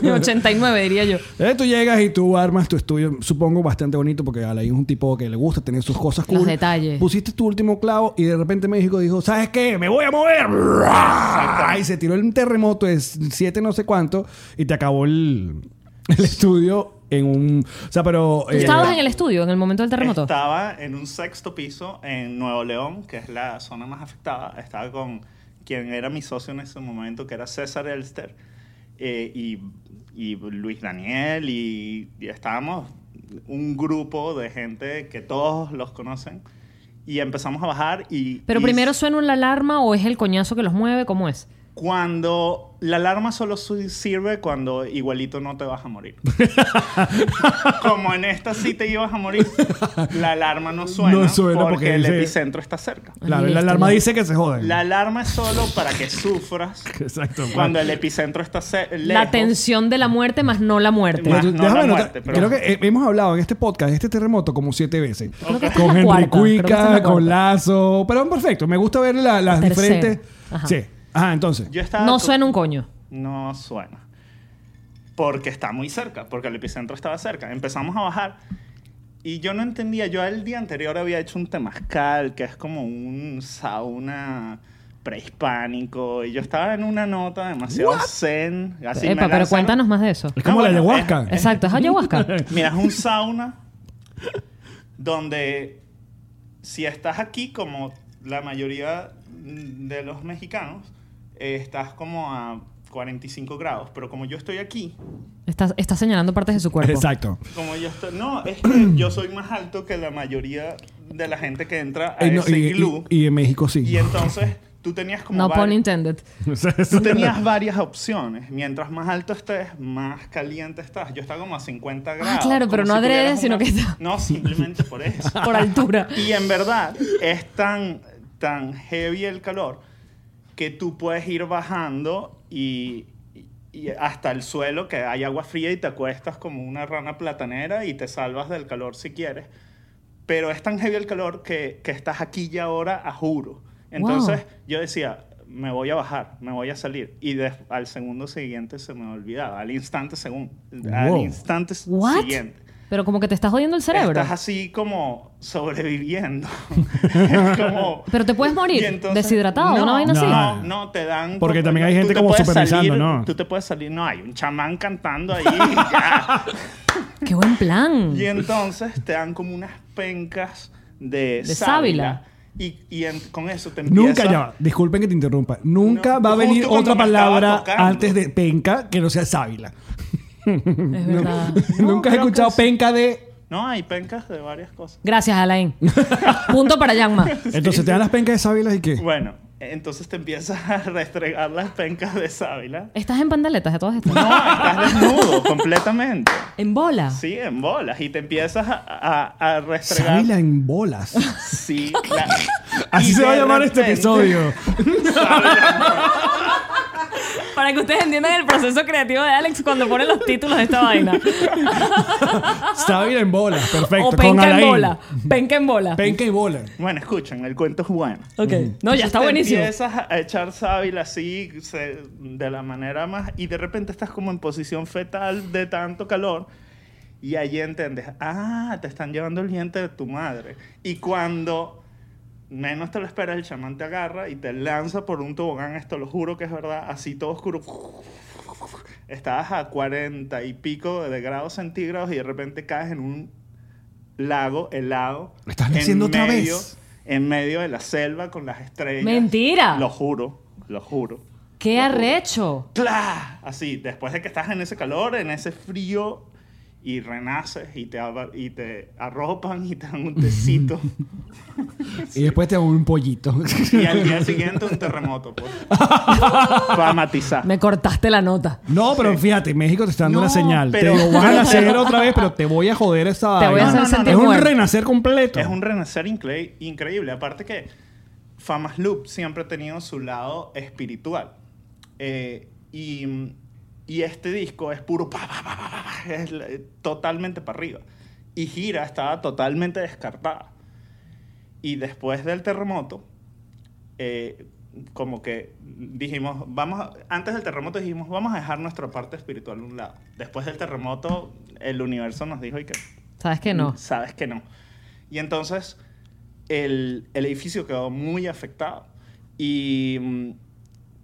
[SPEAKER 2] 89 diría yo.
[SPEAKER 1] Eh, tú llegas y tú armas tu estudio, supongo, bastante bonito, porque Alain es un tipo que le gusta tener sus cosas cool.
[SPEAKER 2] Los detalles.
[SPEAKER 1] Pusiste tu último clavo y de repente México dijo, ¿sabes qué? ¡Me voy a mover! Y se tiró el terremoto de siete no sé cuánto y te acabó el, el estudio en un... O sea, pero...
[SPEAKER 2] ¿Tú
[SPEAKER 1] eh,
[SPEAKER 2] estabas en el estudio en el momento del terremoto?
[SPEAKER 3] Estaba en un sexto piso en Nuevo León, que es la zona más afectada. Estaba con quien era mi socio en ese momento, que era César Elster, eh, y, y Luis Daniel, y, y estábamos un grupo de gente que todos los conocen. Y empezamos a bajar y...
[SPEAKER 2] Pero
[SPEAKER 3] y
[SPEAKER 2] primero suena una alarma o es el coñazo que los mueve, ¿cómo es?
[SPEAKER 3] Cuando la alarma solo su- sirve cuando igualito no te vas a morir. Como en esta sí te ibas a morir, la alarma no suena,
[SPEAKER 1] No suena
[SPEAKER 3] porque,
[SPEAKER 1] porque
[SPEAKER 3] el
[SPEAKER 1] dice-
[SPEAKER 3] epicentro está cerca.
[SPEAKER 1] La, la
[SPEAKER 2] Listo,
[SPEAKER 1] alarma
[SPEAKER 2] ya.
[SPEAKER 1] dice que se joden.
[SPEAKER 3] La alarma es solo para que sufras
[SPEAKER 1] Exacto.
[SPEAKER 3] cuando el epicentro está ce- lejos.
[SPEAKER 2] La tensión de la muerte más no la muerte.
[SPEAKER 3] Más-
[SPEAKER 1] Pero tú-
[SPEAKER 3] no
[SPEAKER 1] déjame
[SPEAKER 3] la
[SPEAKER 1] anotar,
[SPEAKER 3] muerte, pero-
[SPEAKER 1] Creo que eh, hemos hablado en este podcast de este terremoto como siete veces.
[SPEAKER 2] Creo que esta es
[SPEAKER 1] Con
[SPEAKER 2] la
[SPEAKER 1] Henry
[SPEAKER 2] cuarta, creo que esta es la
[SPEAKER 1] Cuica,
[SPEAKER 2] cuarta.
[SPEAKER 1] con Lazo. Pero perfecto, me gusta ver la- las
[SPEAKER 2] La tercera.
[SPEAKER 1] diferentes.
[SPEAKER 2] Ajá.
[SPEAKER 1] Sí. Ajá, entonces.
[SPEAKER 3] Yo estaba
[SPEAKER 2] No
[SPEAKER 3] to-
[SPEAKER 2] suena un coño.
[SPEAKER 3] No suena. Porque está muy cerca, porque el epicentro estaba cerca. Empezamos a bajar y yo no entendía. Yo el día anterior había hecho un temazcal, que es como un sauna prehispánico. Y yo estaba en una nota demasiado zen. Así me
[SPEAKER 2] Epa, pero
[SPEAKER 3] lanzan-
[SPEAKER 2] cuéntanos más de eso.
[SPEAKER 1] Es como
[SPEAKER 3] Ah,
[SPEAKER 1] la
[SPEAKER 3] bueno,
[SPEAKER 1] ayahuasca.
[SPEAKER 2] Exacto, es ayahuasca.
[SPEAKER 3] Mira, es un sauna donde si estás aquí, como la mayoría de los mexicanos, eh, estás como a 45 grados. Pero como yo estoy aquí,
[SPEAKER 2] Está, está señalando partes de su cuerpo.
[SPEAKER 1] Exacto.
[SPEAKER 3] como yo estoy... No, es que yo soy más alto que la mayoría de la gente que entra a
[SPEAKER 1] Eh, no,
[SPEAKER 3] ese
[SPEAKER 1] y,
[SPEAKER 3] iglú.
[SPEAKER 1] y- y en México sí.
[SPEAKER 3] Y entonces tú tenías como...
[SPEAKER 2] No
[SPEAKER 3] vari-
[SPEAKER 2] pun intended.
[SPEAKER 3] Tú tenías varias opciones. Mientras más alto estés, más caliente estás. Yo estaba como a 50 grados.
[SPEAKER 2] Ah, claro,
[SPEAKER 3] como
[SPEAKER 2] pero no
[SPEAKER 3] tuvieras
[SPEAKER 2] adrede, sino
[SPEAKER 3] una-
[SPEAKER 2] que está-
[SPEAKER 3] No, simplemente por eso.
[SPEAKER 2] Por altura.
[SPEAKER 3] Y en verdad es tan, tan heavy el calor que tú puedes ir bajando y, y hasta el suelo, que hay agua fría y te acuestas como una rana platanera y te salvas del calor si quieres. Pero es tan heavy el calor que, que estás aquí y ahora a juro. Entonces
[SPEAKER 2] Wow.
[SPEAKER 3] yo decía, me voy a bajar, me voy a salir. Y des- al segundo siguiente se me olvidaba, al instante segundo, al
[SPEAKER 1] Wow.
[SPEAKER 3] instante
[SPEAKER 2] ¿What?
[SPEAKER 3] siguiente.
[SPEAKER 2] Pero como que te estás jodiendo el cerebro.
[SPEAKER 3] Estás así como sobreviviendo. Es como-
[SPEAKER 2] Pero te puedes morir
[SPEAKER 3] Y
[SPEAKER 2] deshidratado, una vaina
[SPEAKER 1] No. así.
[SPEAKER 3] No, no, te dan.
[SPEAKER 1] Porque
[SPEAKER 3] como-
[SPEAKER 1] también hay
[SPEAKER 3] tú
[SPEAKER 1] gente
[SPEAKER 3] te
[SPEAKER 1] como
[SPEAKER 3] puedes
[SPEAKER 1] supervisando,
[SPEAKER 3] salir-
[SPEAKER 1] ¿no?
[SPEAKER 3] Tú te puedes salir, no, hay un chamán cantando ahí. y ya.
[SPEAKER 2] ¡Qué buen plan!
[SPEAKER 3] y entonces te dan como unas pencas de,
[SPEAKER 2] De
[SPEAKER 3] sábila.
[SPEAKER 2] sábila.
[SPEAKER 3] Y, y en- con eso te
[SPEAKER 1] Nunca
[SPEAKER 3] empieza-
[SPEAKER 1] ya, va. disculpen que te interrumpa. Nunca
[SPEAKER 3] No,
[SPEAKER 1] va a
[SPEAKER 3] justo
[SPEAKER 1] venir
[SPEAKER 3] cuando
[SPEAKER 1] otra
[SPEAKER 3] me estaba
[SPEAKER 1] palabra
[SPEAKER 3] tocando.
[SPEAKER 1] antes de penca que no sea sábila.
[SPEAKER 2] es verdad.
[SPEAKER 1] Nunca he
[SPEAKER 3] creo que
[SPEAKER 1] escuchado
[SPEAKER 3] es-
[SPEAKER 1] penca de.
[SPEAKER 3] No, hay pencas de varias cosas.
[SPEAKER 2] Gracias, Alain. Punto para Yanma.
[SPEAKER 1] Entonces te dan las pencas de sábila y qué.
[SPEAKER 3] Bueno, entonces te empiezas a restregar las pencas de sábila.
[SPEAKER 2] Estás en pandaletas de todas estas.
[SPEAKER 3] No, estás desnudo completamente.
[SPEAKER 2] En bola.
[SPEAKER 3] Sí, en bolas. Y te empiezas a, a, a restregar.
[SPEAKER 1] Sábila en bolas.
[SPEAKER 3] Sí, la-
[SPEAKER 1] Así
[SPEAKER 3] y
[SPEAKER 1] se
[SPEAKER 3] de
[SPEAKER 1] va a llamar este
[SPEAKER 3] repente-
[SPEAKER 1] episodio.
[SPEAKER 2] Para que ustedes entiendan el proceso creativo de Alex cuando pone los títulos de esta vaina.
[SPEAKER 1] Está bien en bola, perfecto.
[SPEAKER 2] o
[SPEAKER 1] con
[SPEAKER 2] penca en
[SPEAKER 1] Alain.
[SPEAKER 2] bola. Penca en bola.
[SPEAKER 1] Penca y bola.
[SPEAKER 3] Bueno, escuchen, el cuento es bueno.
[SPEAKER 2] Ok. No, ya está
[SPEAKER 3] Te
[SPEAKER 2] buenísimo.
[SPEAKER 3] Empiezas a echar sábila así, se- de la manera más, y de repente estás como en posición fetal de tanto calor. Y allí entiendes, ah, te están llevando el diente de tu madre. Y cuando menos te lo esperas, el chamán te agarra y te lanza por un tobogán, esto lo juro que es verdad, así todo oscuro. Estabas a 40 y pico de grados centígrados y de repente caes en un lago helado.
[SPEAKER 1] ¿Lo estás
[SPEAKER 3] en
[SPEAKER 1] haciendo otra
[SPEAKER 3] medio-
[SPEAKER 1] vez?
[SPEAKER 3] En medio de la selva con las estrellas.
[SPEAKER 2] Mentira.
[SPEAKER 3] Lo juro, lo juro.
[SPEAKER 2] ¡Qué arrecho!
[SPEAKER 3] ¡Cla! Así, después de que estás en ese calor, en ese frío, y renaces y te, aba- y te arropan y te dan un tecito.
[SPEAKER 1] Y después te hago un pollito.
[SPEAKER 3] y al día siguiente un terremoto, pues. Para matizar.
[SPEAKER 2] Me cortaste la nota.
[SPEAKER 1] No, pero fíjate, México te está dando
[SPEAKER 3] No,
[SPEAKER 1] una señal.
[SPEAKER 3] pero-
[SPEAKER 1] te lo van
[SPEAKER 3] pero-
[SPEAKER 1] a hacer otra vez, pero te voy a joder esta
[SPEAKER 2] Te voy a
[SPEAKER 1] vaina.
[SPEAKER 2] hacer
[SPEAKER 3] no, no,
[SPEAKER 2] sentir
[SPEAKER 1] Es un
[SPEAKER 2] muerto.
[SPEAKER 1] renacer completo.
[SPEAKER 3] Es un renacer incre- increíble. Aparte que Famas Loop siempre ha tenido su lado espiritual. Eh, y, y este disco es puro... pa, pa, pa, pa, pa, pa, es la- totalmente para arriba. Y Gira estaba totalmente descartada. Y después del terremoto, eh, como que dijimos, vamos, a- antes del terremoto dijimos, vamos a dejar nuestra parte espiritual a un lado. Después del terremoto, el universo nos dijo, y que
[SPEAKER 2] ¿Sabes que no?
[SPEAKER 3] Sabes que no. Y entonces el, el edificio quedó muy afectado. Y mm,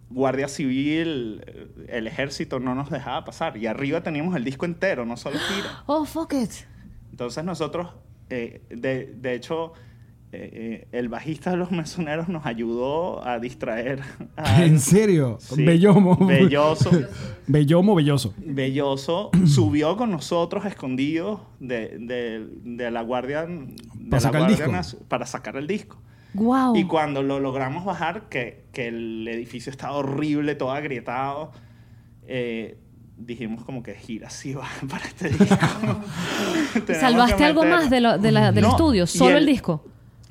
[SPEAKER 3] Guardia Civil, eh, el ejército no nos dejaba pasar. Y arriba teníamos el disco entero, no solo gira.
[SPEAKER 2] Oh, fuck it.
[SPEAKER 3] Entonces nosotros, eh, de, de hecho, eh, eh, el bajista de los mesoneros nos ayudó a distraer. a-
[SPEAKER 1] ¿En serio?
[SPEAKER 3] Sí.
[SPEAKER 1] Bellomo.
[SPEAKER 3] Belloso.
[SPEAKER 1] Bellomo, belloso.
[SPEAKER 3] Belloso subió con nosotros escondidos de, de- de la guardia, de la
[SPEAKER 1] sacar el
[SPEAKER 3] Guardia
[SPEAKER 1] disco.
[SPEAKER 3] Nacio- para sacar el disco.
[SPEAKER 2] Wow.
[SPEAKER 3] Y cuando lo logramos bajar, que, que el edificio estaba horrible, todo agrietado, eh, dijimos como que gira sí va para este disco. Tenemos que
[SPEAKER 2] ¿Salvaste algo
[SPEAKER 3] meter-
[SPEAKER 2] más de lo- de la- del
[SPEAKER 3] No,
[SPEAKER 2] estudio?
[SPEAKER 3] y
[SPEAKER 2] ¿Solo el,
[SPEAKER 3] el-
[SPEAKER 2] disco?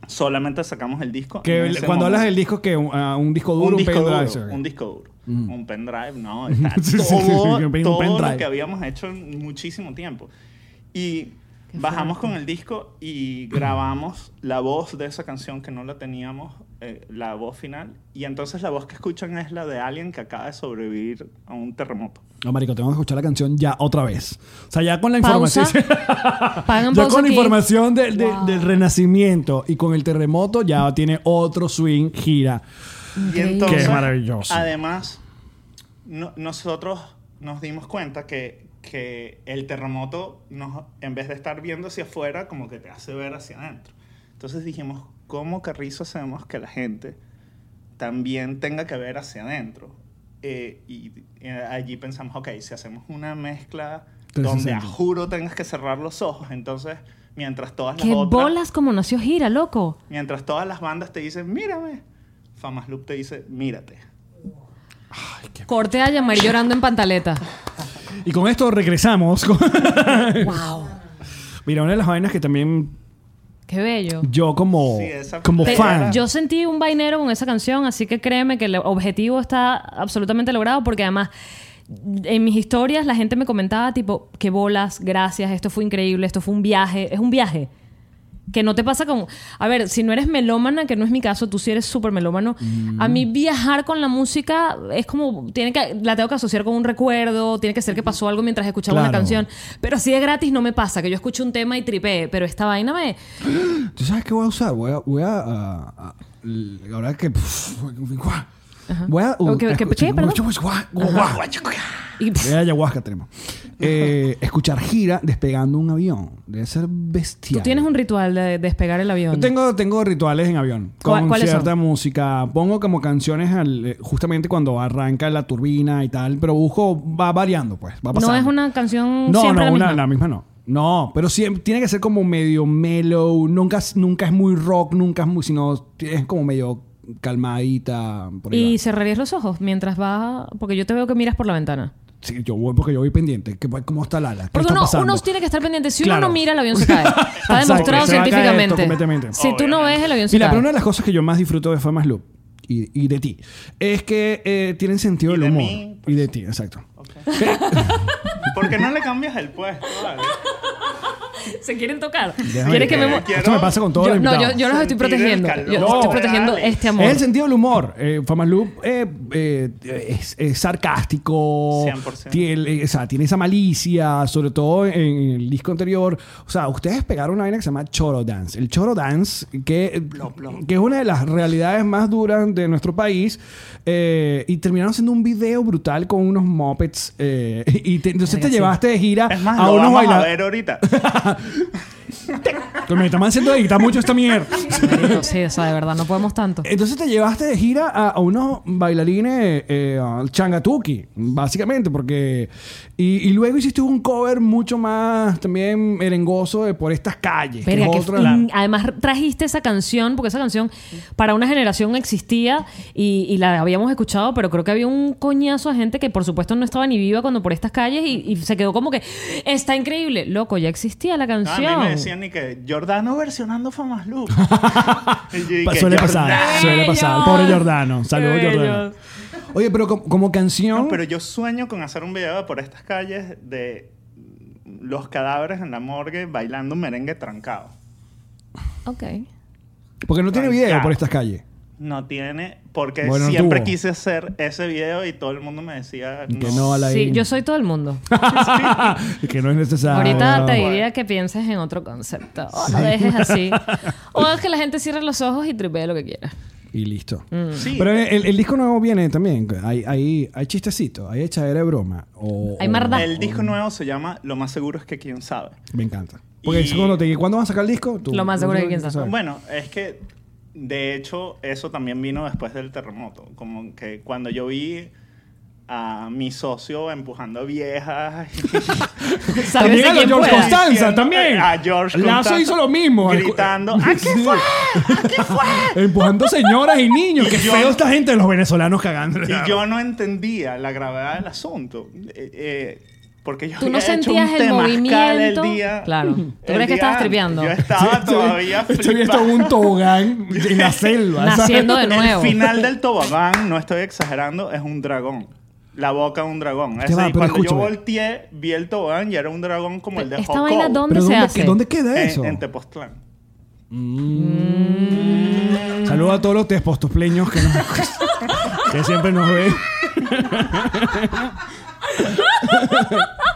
[SPEAKER 3] Solamente sacamos el disco.
[SPEAKER 1] Que
[SPEAKER 3] en
[SPEAKER 1] el-
[SPEAKER 3] ese
[SPEAKER 1] cuando hablas
[SPEAKER 3] momento.
[SPEAKER 1] del disco, que un, ah, un disco duro, un,
[SPEAKER 3] disco
[SPEAKER 1] pendrive.
[SPEAKER 3] duro,
[SPEAKER 1] sorry.
[SPEAKER 3] un disco duro. Un pendrive, no. Está
[SPEAKER 1] Sí, sí, sí, sí,
[SPEAKER 3] todo,
[SPEAKER 1] un
[SPEAKER 3] todo
[SPEAKER 1] pendrive.
[SPEAKER 3] lo que habíamos hecho en muchísimo tiempo. Y bajamos con el disco y grabamos la voz de esa canción que no la teníamos, eh, la voz final. Y entonces la voz que escuchan es la de alguien que acaba de sobrevivir a un terremoto.
[SPEAKER 1] No, marico, tengo que escuchar la canción ya otra vez. O sea, ya con la
[SPEAKER 2] Pausa.
[SPEAKER 1] información.
[SPEAKER 2] Pagan
[SPEAKER 1] ya
[SPEAKER 2] pausa
[SPEAKER 1] con la
[SPEAKER 2] aquí.
[SPEAKER 1] información del- del- del renacimiento y con el terremoto, ya tiene otro swing, gira.
[SPEAKER 3] Y
[SPEAKER 2] Increíble.
[SPEAKER 3] entonces,
[SPEAKER 1] Qué maravilloso.
[SPEAKER 3] Además, no- nosotros nos dimos cuenta que, que el terremoto, nos, en vez de estar viendo hacia afuera, como que te hace ver hacia adentro. Entonces dijimos, ¿cómo carrizo hacemos que la gente también tenga que ver hacia adentro? Eh, y eh, allí pensamos, ok, si hacemos una mezcla donde
[SPEAKER 1] 360.
[SPEAKER 3] a juro tengas que cerrar los ojos, entonces mientras todas las
[SPEAKER 2] ¡Qué
[SPEAKER 3] otras-
[SPEAKER 2] bolas como nació Gira, loco!
[SPEAKER 3] Mientras todas las bandas te dicen, mírame, Famas Loop te dice, mírate.
[SPEAKER 2] Corte a Yamari llorando en pantaleta.
[SPEAKER 1] Y con esto regresamos. con-
[SPEAKER 2] ¡Wow!
[SPEAKER 1] Mira, una de las vainas que también
[SPEAKER 2] ¡Qué bello!
[SPEAKER 1] yo como,
[SPEAKER 3] Sí, esa-
[SPEAKER 1] como
[SPEAKER 3] Te-
[SPEAKER 1] fan.
[SPEAKER 2] Yo sentí un vainero con esa canción, así que créeme que el objetivo está absolutamente logrado porque además en mis historias la gente me comentaba tipo, qué bolas, gracias, esto fue increíble, esto fue un viaje, es un viaje. Que no te pasa como... A ver, si no eres melómana, que no es mi caso, tú sí eres súper melómano. A
[SPEAKER 1] Mm.
[SPEAKER 2] mí viajar con la música es como... Tiene que, la tengo que asociar con un recuerdo, tiene que ser que pasó algo mientras escuchaba una
[SPEAKER 1] Claro.
[SPEAKER 2] canción. Pero así de gratis no me pasa, que yo escucho un tema y tripé, pero esta vaina me...
[SPEAKER 1] ¿Tú sabes qué voy a usar? Voy a... Voy a, a- a- la verdad que... pf, guau. Voy a... uh,
[SPEAKER 2] Ok, ¿qué-
[SPEAKER 1] escucha-
[SPEAKER 2] qué? Perdón.
[SPEAKER 1] guau, guau, guau.
[SPEAKER 2] y-
[SPEAKER 1] Eh, ayahuasca tenemos. Eh, escuchar gira despegando un avión. Debe ser bestial.
[SPEAKER 2] Tú tienes un ritual de despegar el avión.
[SPEAKER 1] Yo tengo, tengo rituales en avión.
[SPEAKER 2] ¿Cuál-
[SPEAKER 1] Con
[SPEAKER 2] cuáles
[SPEAKER 1] cierta
[SPEAKER 2] son?
[SPEAKER 1] música. Pongo como canciones al, eh, justamente cuando arranca la turbina y tal. Pero busco... Va variando, pues. Va pasando.
[SPEAKER 2] No es una canción
[SPEAKER 1] No,
[SPEAKER 2] siempre
[SPEAKER 1] no,
[SPEAKER 2] la
[SPEAKER 1] una-
[SPEAKER 2] misma.
[SPEAKER 1] la misma no. No, pero sí, tiene que ser como medio mellow. Nunca, es- nunca es muy rock, nunca es muy. Sino es como medio calmadita. Por ahí
[SPEAKER 2] Y
[SPEAKER 1] va.
[SPEAKER 2] cerrarías los ojos mientras va... Porque yo te veo que miras por la ventana.
[SPEAKER 1] Sí, yo voy porque yo voy pendiente. ¿Qué pa- ¿Cómo está Lala? ¿Qué
[SPEAKER 2] Porque
[SPEAKER 1] está
[SPEAKER 2] uno,
[SPEAKER 1] pasando?
[SPEAKER 2] uno tiene que estar pendiente. Si
[SPEAKER 1] Claro.
[SPEAKER 2] uno no mira, el avión se cae. Está
[SPEAKER 1] Exacto,
[SPEAKER 2] demostrado
[SPEAKER 1] se va a caer esto
[SPEAKER 2] científicamente.
[SPEAKER 1] completamente.
[SPEAKER 2] Si tú no ves, el avión se
[SPEAKER 1] Mira,
[SPEAKER 2] cae.
[SPEAKER 1] pero una de las cosas que yo más disfruto de Famas Loop y- y de ti. Es que eh, tienen sentido
[SPEAKER 3] Y
[SPEAKER 1] del
[SPEAKER 3] de
[SPEAKER 1] humor.
[SPEAKER 3] mí, pues.
[SPEAKER 1] y de ti, exacto.
[SPEAKER 3] ¿Por qué no le cambias el puesto? vale?
[SPEAKER 2] Se quieren tocar.
[SPEAKER 1] Déjame-
[SPEAKER 2] ¿Quieres que me mu-
[SPEAKER 3] quiero-
[SPEAKER 1] Esto me pasa con todos
[SPEAKER 2] Yo-
[SPEAKER 1] los
[SPEAKER 2] no, yo,
[SPEAKER 1] invitados.
[SPEAKER 2] yo los estoy
[SPEAKER 3] Sentir el
[SPEAKER 2] protegiendo.
[SPEAKER 3] calor.
[SPEAKER 2] Yo
[SPEAKER 1] No.
[SPEAKER 2] estoy protegiendo
[SPEAKER 3] Dale.
[SPEAKER 2] este amor.
[SPEAKER 1] Es el sentido del humor. Eh, Famalu eh, eh, es, es sarcástico.
[SPEAKER 3] 100%.
[SPEAKER 1] Tiene, eh, o sea, tiene esa malicia, sobre todo en el disco anterior. O sea, ustedes pegaron una vaina que se llama Choro Dance. El Choro Dance, que, eh, que es una de las realidades más duras de nuestro país. eh, y terminaron haciendo un video brutal con unos mopeds. eh, y te- entonces te
[SPEAKER 2] Verga, sí.
[SPEAKER 1] llevaste de gira
[SPEAKER 3] Es más,
[SPEAKER 1] a
[SPEAKER 3] lo
[SPEAKER 1] unos
[SPEAKER 3] vamos a
[SPEAKER 1] bailadores.
[SPEAKER 3] ver ahorita.
[SPEAKER 1] Me están haciendo editar mucho esta mierda.
[SPEAKER 2] Marico, sí, o sea, de verdad, no podemos tanto.
[SPEAKER 1] Entonces te llevaste de gira a, a unos bailarines eh, al changatuki, básicamente, porque... Y, y luego hiciste un cover mucho más también merengoso de Por estas calles. que
[SPEAKER 2] Verga,
[SPEAKER 1] es
[SPEAKER 2] que
[SPEAKER 1] otro-
[SPEAKER 2] in- además trajiste esa canción, porque esa canción para una generación existía y, y la habíamos escuchado, pero creo que había un coñazo de gente que por supuesto no estaba ni viva cuando por estas calles y, y se quedó como que está increíble. Loco, ya existía la
[SPEAKER 3] No, Ah, a
[SPEAKER 2] canción.
[SPEAKER 3] mí me decían ni que Jordano versionando Famas Loop. Y yo
[SPEAKER 1] Pa-
[SPEAKER 3] dije,
[SPEAKER 1] suele
[SPEAKER 3] "Jordano".
[SPEAKER 1] pasar, suele pasar.
[SPEAKER 2] Bellos.
[SPEAKER 1] Pobre Jordano. Saludos,
[SPEAKER 2] Qué bellos.
[SPEAKER 1] Jordano. Oye, pero como, como canción...
[SPEAKER 3] No, pero yo sueño con hacer un video por estas calles de los cadáveres en la morgue bailando un merengue trancado.
[SPEAKER 2] Ok.
[SPEAKER 1] porque no tiene video por estas calles.
[SPEAKER 3] No tiene, porque
[SPEAKER 1] Bueno, no
[SPEAKER 3] siempre
[SPEAKER 1] tuvo.
[SPEAKER 3] quise hacer ese video y todo el mundo me decía
[SPEAKER 1] Que no a la
[SPEAKER 2] Sí,
[SPEAKER 1] in-
[SPEAKER 2] yo soy todo el mundo.
[SPEAKER 1] que no es necesario.
[SPEAKER 2] Ahorita te
[SPEAKER 3] bueno.
[SPEAKER 2] diría que pienses en otro concepto. O lo dejes así. o es que la gente cierre los ojos y tripee lo que quiera.
[SPEAKER 1] Y listo.
[SPEAKER 2] Mm.
[SPEAKER 3] Sí,
[SPEAKER 1] Pero el, el disco nuevo viene también. Hay, hay, hay chistecito, hay echadera de broma. o-
[SPEAKER 2] Hay
[SPEAKER 1] o-
[SPEAKER 2] mardá.
[SPEAKER 3] el disco nuevo se llama Lo más seguro es que quién sabe.
[SPEAKER 1] Me encanta. Porque
[SPEAKER 3] Y-
[SPEAKER 1] eso cuando te dije, ¿cuándo vas a sacar el disco? Tú-
[SPEAKER 2] Lo más seguro
[SPEAKER 1] tú-
[SPEAKER 2] que quién
[SPEAKER 1] tú
[SPEAKER 2] sabe.
[SPEAKER 1] sabes.
[SPEAKER 3] Bueno, es que de hecho eso también vino después del terremoto. Como que cuando yo vi a mi socio empujando viejas.
[SPEAKER 1] También
[SPEAKER 2] Sálvese
[SPEAKER 1] a los
[SPEAKER 2] quien
[SPEAKER 1] George
[SPEAKER 2] pueda.
[SPEAKER 1] Costanza. también.
[SPEAKER 3] eh, A George
[SPEAKER 1] Lazo
[SPEAKER 3] Constanza
[SPEAKER 1] hizo lo mismo. eh.
[SPEAKER 3] Gritando. ¡Ah, qué
[SPEAKER 1] Sí.
[SPEAKER 3] fue! ¡Ah, qué fue!
[SPEAKER 1] Empujando señoras y niños.
[SPEAKER 3] Y
[SPEAKER 1] Qué
[SPEAKER 3] yo-
[SPEAKER 1] feo esta gente de los venezolanos cagando.
[SPEAKER 3] Y yo no entendía la gravedad del asunto. Eh, eh, porque yo
[SPEAKER 2] Tú no
[SPEAKER 3] había hecho un
[SPEAKER 2] sentías el
[SPEAKER 3] temazcal el
[SPEAKER 2] movimiento.
[SPEAKER 3] día.
[SPEAKER 2] Claro. ¿Tú
[SPEAKER 3] el
[SPEAKER 2] crees que
[SPEAKER 3] día
[SPEAKER 2] estabas
[SPEAKER 3] antes.
[SPEAKER 2] tripeando?
[SPEAKER 3] Yo estaba todavía
[SPEAKER 1] Estoy visto
[SPEAKER 3] flipando.
[SPEAKER 1] un tobogán en la selva. ¿sabes?
[SPEAKER 2] Naciendo de nuevo.
[SPEAKER 3] El final del tobogán, no estoy exagerando, es un dragón. La boca de un dragón. Ese-
[SPEAKER 1] va,
[SPEAKER 3] y
[SPEAKER 1] pero
[SPEAKER 3] cuando yo
[SPEAKER 1] escúchame.
[SPEAKER 3] volteé, vi el tobogán y era un dragón como el de
[SPEAKER 2] ¿Esta
[SPEAKER 3] Hoko.
[SPEAKER 2] vaina dónde
[SPEAKER 1] Pero
[SPEAKER 2] se
[SPEAKER 1] ¿dónde,
[SPEAKER 2] hace?
[SPEAKER 1] ¿Dónde queda eso?
[SPEAKER 3] En, en Tepoztlán.
[SPEAKER 1] Saludos a todos los tespostopleños que, nos, que siempre nos ven.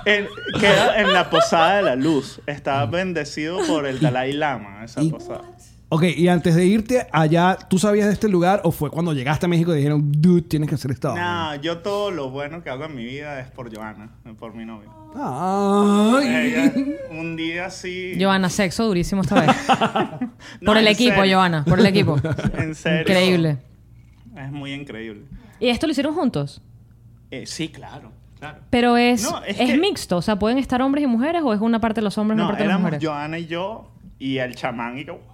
[SPEAKER 3] En- queda en la Posada de la Luz. Está bendecido por el Dalai Lama, esa
[SPEAKER 1] Mm. y-
[SPEAKER 3] posada.
[SPEAKER 1] Ok, y antes de irte allá, ¿tú sabías de este lugar o fue cuando llegaste a México y dijeron, dude, tienes que hacer esta vaina"?
[SPEAKER 3] No, yo todo lo bueno que hago en mi vida es por Joana, no por mi novia.
[SPEAKER 1] Ay.
[SPEAKER 3] Ella, un día así.
[SPEAKER 2] Joana, sexo durísimo esta vez.
[SPEAKER 3] No,
[SPEAKER 2] por el
[SPEAKER 3] en
[SPEAKER 2] equipo,
[SPEAKER 3] serio.
[SPEAKER 2] Joana, por el equipo.
[SPEAKER 3] En serio.
[SPEAKER 2] Increíble.
[SPEAKER 3] Es muy increíble.
[SPEAKER 2] ¿Y esto lo hicieron juntos?
[SPEAKER 3] Eh, sí, claro, claro.
[SPEAKER 2] Pero es,
[SPEAKER 3] No,
[SPEAKER 2] es,
[SPEAKER 3] es que-
[SPEAKER 2] mixto, o sea, pueden estar hombres y mujeres o es una parte de los hombres y una
[SPEAKER 3] No,
[SPEAKER 2] parte de las
[SPEAKER 3] éramos
[SPEAKER 2] mujeres.
[SPEAKER 3] Joana y yo y el chamán y yo. "Wow,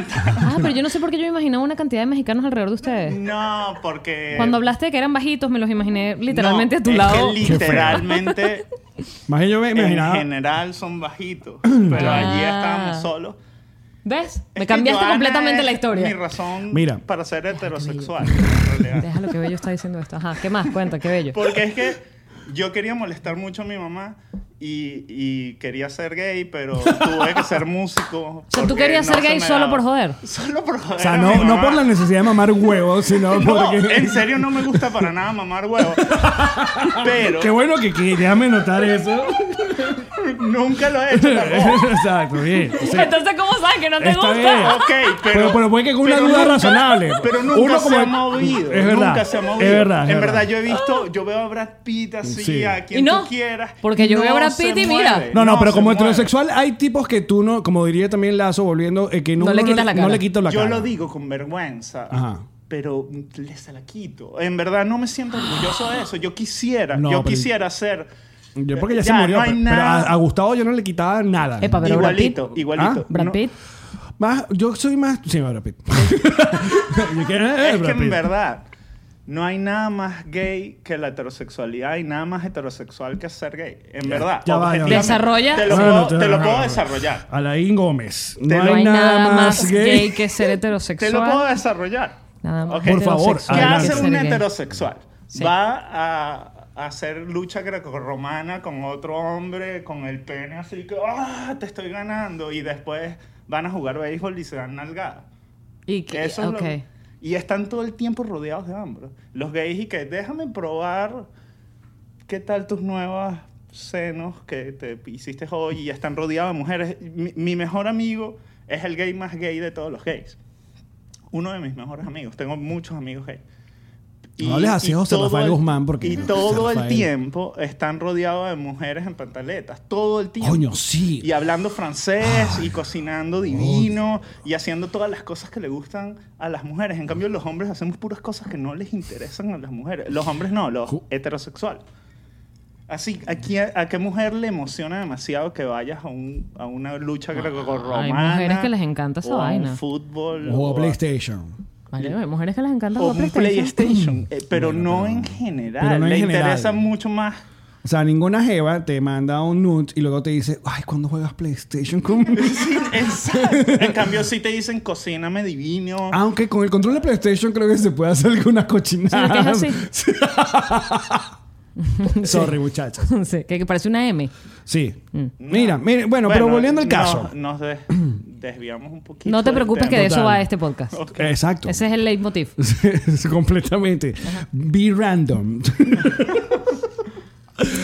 [SPEAKER 2] Ah, pero yo no sé por qué yo me imaginaba una cantidad de mexicanos alrededor de ustedes.
[SPEAKER 3] No, porque.
[SPEAKER 2] Cuando hablaste de que eran bajitos, me los imaginé literalmente
[SPEAKER 3] Mm, eh, No,
[SPEAKER 2] a tu
[SPEAKER 3] es que
[SPEAKER 2] lado.
[SPEAKER 3] literalmente,
[SPEAKER 1] Más bien yo me
[SPEAKER 3] en
[SPEAKER 1] imaginaba.
[SPEAKER 3] general son bajitos. Pero allí
[SPEAKER 2] Ah.
[SPEAKER 3] estábamos solos.
[SPEAKER 2] ¿Ves?
[SPEAKER 3] Es
[SPEAKER 2] Me
[SPEAKER 3] que
[SPEAKER 2] cambiaste
[SPEAKER 3] Joana
[SPEAKER 2] completamente
[SPEAKER 3] es
[SPEAKER 2] la historia.
[SPEAKER 3] Mi razón
[SPEAKER 1] Mira.
[SPEAKER 3] para ser heterosexual. en realidad.
[SPEAKER 2] Déjalo que bello está diciendo esto. Ajá, ¿qué más? Cuenta, qué bello.
[SPEAKER 3] Porque es que yo quería molestar mucho a mi mamá y, y quería ser gay, pero tuve que ser músico.
[SPEAKER 2] sea, tú
[SPEAKER 3] porque
[SPEAKER 2] querías ser
[SPEAKER 3] se
[SPEAKER 2] gay
[SPEAKER 3] me
[SPEAKER 2] solo por joder.
[SPEAKER 3] Solo por joder.
[SPEAKER 1] O sea,
[SPEAKER 3] a
[SPEAKER 1] no,
[SPEAKER 3] mi
[SPEAKER 1] no
[SPEAKER 3] mamá.
[SPEAKER 1] por la necesidad de mamar huevos, sino
[SPEAKER 3] No,
[SPEAKER 1] porque...
[SPEAKER 3] en serio no me gusta para nada mamar huevo. Pero
[SPEAKER 1] Qué bueno que, que ya me notar eso.
[SPEAKER 3] nunca lo he hecho tampoco.
[SPEAKER 1] Exacto, bien. O sea,
[SPEAKER 2] Entonces, ¿cómo sabes que no te
[SPEAKER 1] Está
[SPEAKER 2] gusta?
[SPEAKER 1] bien.
[SPEAKER 3] Ok, pero.
[SPEAKER 1] Pero- pero puede que con una
[SPEAKER 3] pero
[SPEAKER 1] duda razonable.
[SPEAKER 3] Pero nunca
[SPEAKER 1] Uno
[SPEAKER 3] se
[SPEAKER 1] como-
[SPEAKER 3] ha movido.
[SPEAKER 1] Es verdad,
[SPEAKER 3] Nunca se ha
[SPEAKER 1] es
[SPEAKER 3] movido.
[SPEAKER 1] verdad, es
[SPEAKER 3] en verdad,
[SPEAKER 1] verdad.
[SPEAKER 3] yo he visto. Yo veo a Brad Pitt así,
[SPEAKER 1] Sí.
[SPEAKER 3] a
[SPEAKER 2] Y
[SPEAKER 3] quien
[SPEAKER 2] no,
[SPEAKER 3] tú quieras.
[SPEAKER 2] porque yo veo a Brad
[SPEAKER 3] se
[SPEAKER 2] Pitt y
[SPEAKER 3] mueve,
[SPEAKER 2] mira.
[SPEAKER 1] No, no, pero
[SPEAKER 3] se
[SPEAKER 1] como
[SPEAKER 3] mueve.
[SPEAKER 1] heterosexual hay tipos que tú no, como diría también Lazo, volviendo, eh, que
[SPEAKER 2] No
[SPEAKER 1] uno
[SPEAKER 2] le quitas la
[SPEAKER 1] no
[SPEAKER 2] cara.
[SPEAKER 1] le quito la
[SPEAKER 3] Yo
[SPEAKER 1] cara.
[SPEAKER 3] lo digo con vergüenza.
[SPEAKER 1] Ajá.
[SPEAKER 3] Pero le se la quito. En verdad, no me siento orgulloso de eso. Yo quisiera.
[SPEAKER 1] No,
[SPEAKER 3] yo
[SPEAKER 1] pero-
[SPEAKER 3] quisiera ser.
[SPEAKER 1] Yo porque ya, se
[SPEAKER 3] Ya,
[SPEAKER 1] murió,
[SPEAKER 3] no hay
[SPEAKER 1] pero, pero a,
[SPEAKER 3] nada.
[SPEAKER 1] a Gustavo yo no le quitaba nada.
[SPEAKER 2] Epa, Ah, pero Brad Pitt.
[SPEAKER 3] igualito, igualito.
[SPEAKER 1] ¿Ah?
[SPEAKER 2] Brad
[SPEAKER 3] No,
[SPEAKER 2] Pitt.
[SPEAKER 1] Más, yo soy más... Sí, Brad Pitt. Yo que, eh,
[SPEAKER 3] Es que
[SPEAKER 1] Brad
[SPEAKER 3] en
[SPEAKER 1] Pitt.
[SPEAKER 3] verdad no hay nada más gay que la heterosexualidad y nada más heterosexual que ser gay. En verdad.
[SPEAKER 1] ya va, ya va.
[SPEAKER 3] objetivamente.
[SPEAKER 2] Desarrolla.
[SPEAKER 3] Te lo
[SPEAKER 1] No, no,
[SPEAKER 3] puedo,
[SPEAKER 1] te-
[SPEAKER 3] te lo
[SPEAKER 1] no,
[SPEAKER 3] puedo
[SPEAKER 1] no.
[SPEAKER 3] desarrollar.
[SPEAKER 1] Alain Gómez. No,
[SPEAKER 3] Te
[SPEAKER 2] No hay nada más gay que ser
[SPEAKER 3] Te lo
[SPEAKER 2] heterosexual.
[SPEAKER 3] puedo desarrollar.
[SPEAKER 2] Nada más.
[SPEAKER 3] Ok. Por
[SPEAKER 1] favor,
[SPEAKER 2] Heterosexual
[SPEAKER 3] ¿Qué
[SPEAKER 1] Adelante.
[SPEAKER 2] que
[SPEAKER 3] hace
[SPEAKER 2] ser
[SPEAKER 3] un
[SPEAKER 2] gay.
[SPEAKER 3] heterosexual?
[SPEAKER 2] Sí.
[SPEAKER 3] Va a a hacer lucha grecorromana con otro hombre, con el pene así que, ¡ah! Te estoy ganando. Y después van a jugar béisbol y se dan nalgadas.
[SPEAKER 2] Y que-
[SPEAKER 3] Eso es lo-
[SPEAKER 2] ok.
[SPEAKER 3] y están todo el tiempo rodeados de hambre. Los gays y que déjame probar qué tal tus nuevas senos que te hiciste hoy y ya están rodeados de mujeres. Mi, mi mejor amigo es el gay más gay de todos los gays. Uno de mis mejores amigos. Tengo muchos amigos gays.
[SPEAKER 1] No hables así, José
[SPEAKER 3] todo
[SPEAKER 1] Rafael
[SPEAKER 3] el-
[SPEAKER 1] Guzmán, porque-
[SPEAKER 3] Y
[SPEAKER 1] José
[SPEAKER 3] todo el
[SPEAKER 1] Rafael.
[SPEAKER 3] tiempo están rodeados de mujeres en pantaletas. Todo el tiempo
[SPEAKER 1] Coño, sí.
[SPEAKER 3] y hablando francés y cocinando divino y haciendo todas las cosas que le gustan a las mujeres. En cambio, los hombres hacemos puras cosas que no les interesan a las mujeres. Los hombres no, los
[SPEAKER 1] Ju-
[SPEAKER 3] heterosexual. Así, ¿a, quién- a qué mujer le emociona demasiado que vayas a, un- a una lucha grecorromana?
[SPEAKER 2] hay mujeres que les encanta esa
[SPEAKER 3] o a un
[SPEAKER 2] vaina.
[SPEAKER 3] fútbol.
[SPEAKER 1] O
[SPEAKER 3] a-
[SPEAKER 1] PlayStation.
[SPEAKER 2] Vale, hay mujeres que les encanta
[SPEAKER 3] o
[SPEAKER 2] jugar
[SPEAKER 3] un PlayStation. Eh, pero no en general.
[SPEAKER 1] Pero no en
[SPEAKER 3] le
[SPEAKER 1] general.
[SPEAKER 3] interesa mucho más.
[SPEAKER 1] O sea, ninguna jeva te manda un nude y luego te dice, ay, ¿cuándo juegas PlayStation conmigo?
[SPEAKER 3] Sí, exacto. En cambio, si te dicen cocíname divino.
[SPEAKER 1] Aunque con el control de PlayStation creo que se puede hacer alguna cochinada.
[SPEAKER 2] Sí,
[SPEAKER 1] Sí. Sorry, muchachos.
[SPEAKER 2] Sí, que que parece una M.
[SPEAKER 1] Sí. Mira, mira, bueno, pero
[SPEAKER 3] Bueno,
[SPEAKER 1] volviendo al
[SPEAKER 3] no-
[SPEAKER 1] caso.
[SPEAKER 3] Nos des- desviamos un poquito.
[SPEAKER 2] No te
[SPEAKER 3] del
[SPEAKER 2] preocupes que
[SPEAKER 3] tema.
[SPEAKER 2] de eso
[SPEAKER 1] Total. Oh,
[SPEAKER 2] va este podcast.
[SPEAKER 3] Ok.
[SPEAKER 1] Exacto.
[SPEAKER 2] Ese es el leitmotiv.
[SPEAKER 1] Es Completamente. Be random.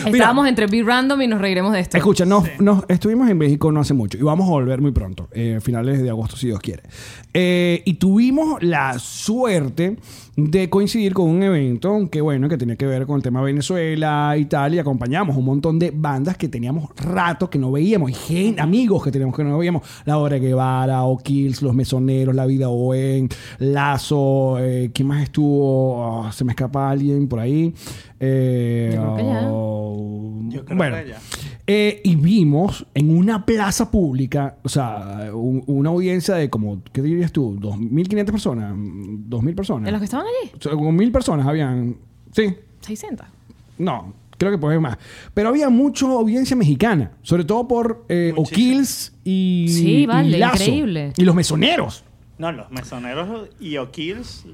[SPEAKER 2] Estábamos entre Be Random y nos reiremos de esto.
[SPEAKER 1] Escucha, nos, nos estuvimos en México no hace mucho y vamos a volver muy pronto, eh, finales de agosto si Dios quiere. Eh, y tuvimos la suerte de coincidir con un evento que bueno, que tenía que ver con el tema Venezuela y tal, y acompañamos un montón de bandas que teníamos rato que no veíamos, y gen- amigos que teníamos que no veíamos, Laura Guevara, O'Kills, Los Mesoneros, La Vida Owen, Lazo, eh, ¿quién más estuvo? Ah, se me escapa alguien por ahí. Eh,
[SPEAKER 2] Yo creo que ya.
[SPEAKER 1] oh,
[SPEAKER 3] Yo creo
[SPEAKER 1] bueno,
[SPEAKER 3] que ya.
[SPEAKER 1] eh, y vimos en una plaza pública, o sea, un- una audiencia de como, ¿qué dirías tú? ¿2.500 personas? ¿2.000
[SPEAKER 2] ¿En los
[SPEAKER 1] personas?
[SPEAKER 2] que estaban allí?
[SPEAKER 1] O sea, como 1.000 personas habían. Sí,
[SPEAKER 2] 600.
[SPEAKER 1] no, creo que puede haber más. Pero había mucha audiencia mexicana, sobre todo por eh,
[SPEAKER 3] Muchísimo.
[SPEAKER 1] O'Kills y.
[SPEAKER 2] Sí,
[SPEAKER 1] y
[SPEAKER 2] vale,
[SPEAKER 1] Lazo.
[SPEAKER 2] increíble.
[SPEAKER 1] Y los mesoneros.
[SPEAKER 3] No, los mesoneros y O'Kills,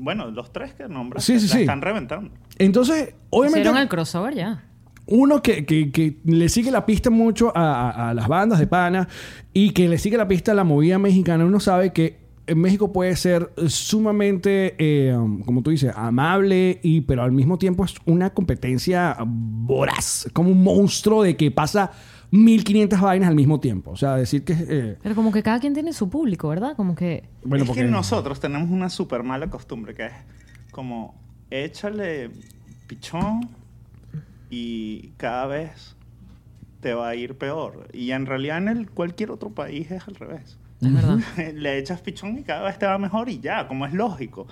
[SPEAKER 3] bueno, los tres que nombras,
[SPEAKER 1] Sí, sí,
[SPEAKER 3] la
[SPEAKER 1] sí.
[SPEAKER 3] están reventando.
[SPEAKER 1] Entonces, obviamente.
[SPEAKER 2] Hicieron el crossover ya.
[SPEAKER 1] Uno que, que- que le sigue la pista mucho a, a- a las bandas de pana y que le sigue la pista a la movida mexicana, uno sabe que en México puede ser sumamente, eh, como tú dices, amable, y, pero al mismo tiempo es una competencia voraz, como un monstruo de que pasa 1500 vainas al mismo tiempo. O sea, decir que... eh,
[SPEAKER 2] Pero como que cada quien tiene su público, ¿verdad? Como que...
[SPEAKER 1] bueno,
[SPEAKER 3] es
[SPEAKER 1] porque
[SPEAKER 3] que nosotros tenemos una súper mala costumbre que es como échale pichón y cada vez te va a ir peor. Y en realidad en el, cualquier otro país es al revés.
[SPEAKER 2] Es verdad.
[SPEAKER 3] le echas pichón y cada vez te va mejor y ya, como es lógico.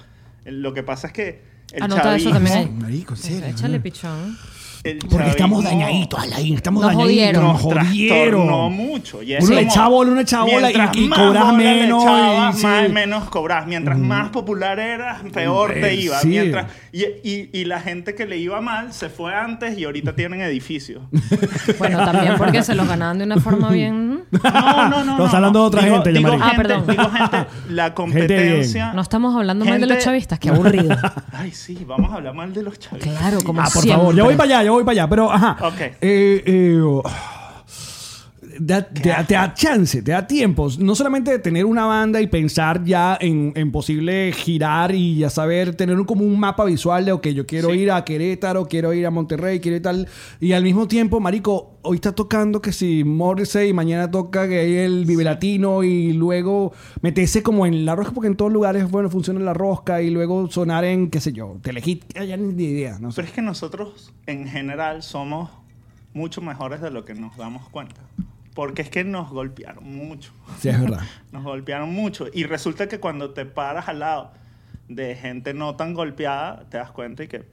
[SPEAKER 3] Lo que pasa es que el
[SPEAKER 2] Anota eso
[SPEAKER 3] chavismo-
[SPEAKER 2] también ahí.
[SPEAKER 1] Marico, en serio,
[SPEAKER 2] Échale
[SPEAKER 1] ¿no?
[SPEAKER 2] pichón.
[SPEAKER 3] el
[SPEAKER 1] Porque estamos
[SPEAKER 3] chavismo-
[SPEAKER 1] dañaditos, Alain. Estamos
[SPEAKER 2] Nos
[SPEAKER 1] dañaditos.
[SPEAKER 2] jodieron.
[SPEAKER 1] Nos jodieron.
[SPEAKER 3] No mucho. Y es
[SPEAKER 1] Uno le
[SPEAKER 3] como-
[SPEAKER 1] echaba bola, uno le echaba bola y-
[SPEAKER 3] mientras
[SPEAKER 1] y
[SPEAKER 3] más
[SPEAKER 1] cobras
[SPEAKER 3] bola le
[SPEAKER 1] menos
[SPEAKER 3] echabas,
[SPEAKER 1] y sí. Mm.
[SPEAKER 3] más- menos cobras. Mientras más popular eras, peor te
[SPEAKER 1] Eh,
[SPEAKER 3] iba.
[SPEAKER 1] sí.
[SPEAKER 3] Mientras, y, y- y la gente que le iba mal se fue antes y ahorita tienen edificios.
[SPEAKER 2] Bueno, también porque se los ganaban de una forma bien...
[SPEAKER 3] No, no, no.
[SPEAKER 1] Estamos hablando de otra gente,
[SPEAKER 3] digo
[SPEAKER 1] Yamari.
[SPEAKER 2] Ah,
[SPEAKER 3] gente,
[SPEAKER 2] perdón.
[SPEAKER 3] digo gente, la competencia.
[SPEAKER 2] No estamos hablando mal de los
[SPEAKER 3] Gente-
[SPEAKER 2] chavistas, qué aburrido.
[SPEAKER 3] Ay, sí, vamos a hablar mal de los chavistas.
[SPEAKER 2] Claro, como
[SPEAKER 1] Ah, por
[SPEAKER 2] siempre.
[SPEAKER 1] favor, yo voy para allá, yo voy para allá, pero ajá.
[SPEAKER 3] Ok.
[SPEAKER 1] Eh, eh, oh. Da- te, da, te da chance, te da tiempo. No solamente de tener una banda y pensar ya en, en posible girar y ya saber, tener un- como un mapa visual de, ok, yo quiero
[SPEAKER 3] Sí.
[SPEAKER 1] ir a Querétaro, quiero ir a Monterrey, quiero ir tal. Y al mismo tiempo, Marico, hoy está tocando que si Morrissey, mañana toca que el Vive Latino y luego meterse como en la rosca, porque en todos lugares, bueno, funciona la rosca y luego sonar en, qué sé yo, Telehit, ya ni idea, no sé.
[SPEAKER 3] Pero es que nosotros, en general, somos mucho mejores de lo que nos damos cuenta. Porque es que nos golpearon mucho.
[SPEAKER 1] Sí, es verdad.
[SPEAKER 3] Nos golpearon mucho. Y resulta que cuando te paras al lado de gente no tan golpeada, te das cuenta y que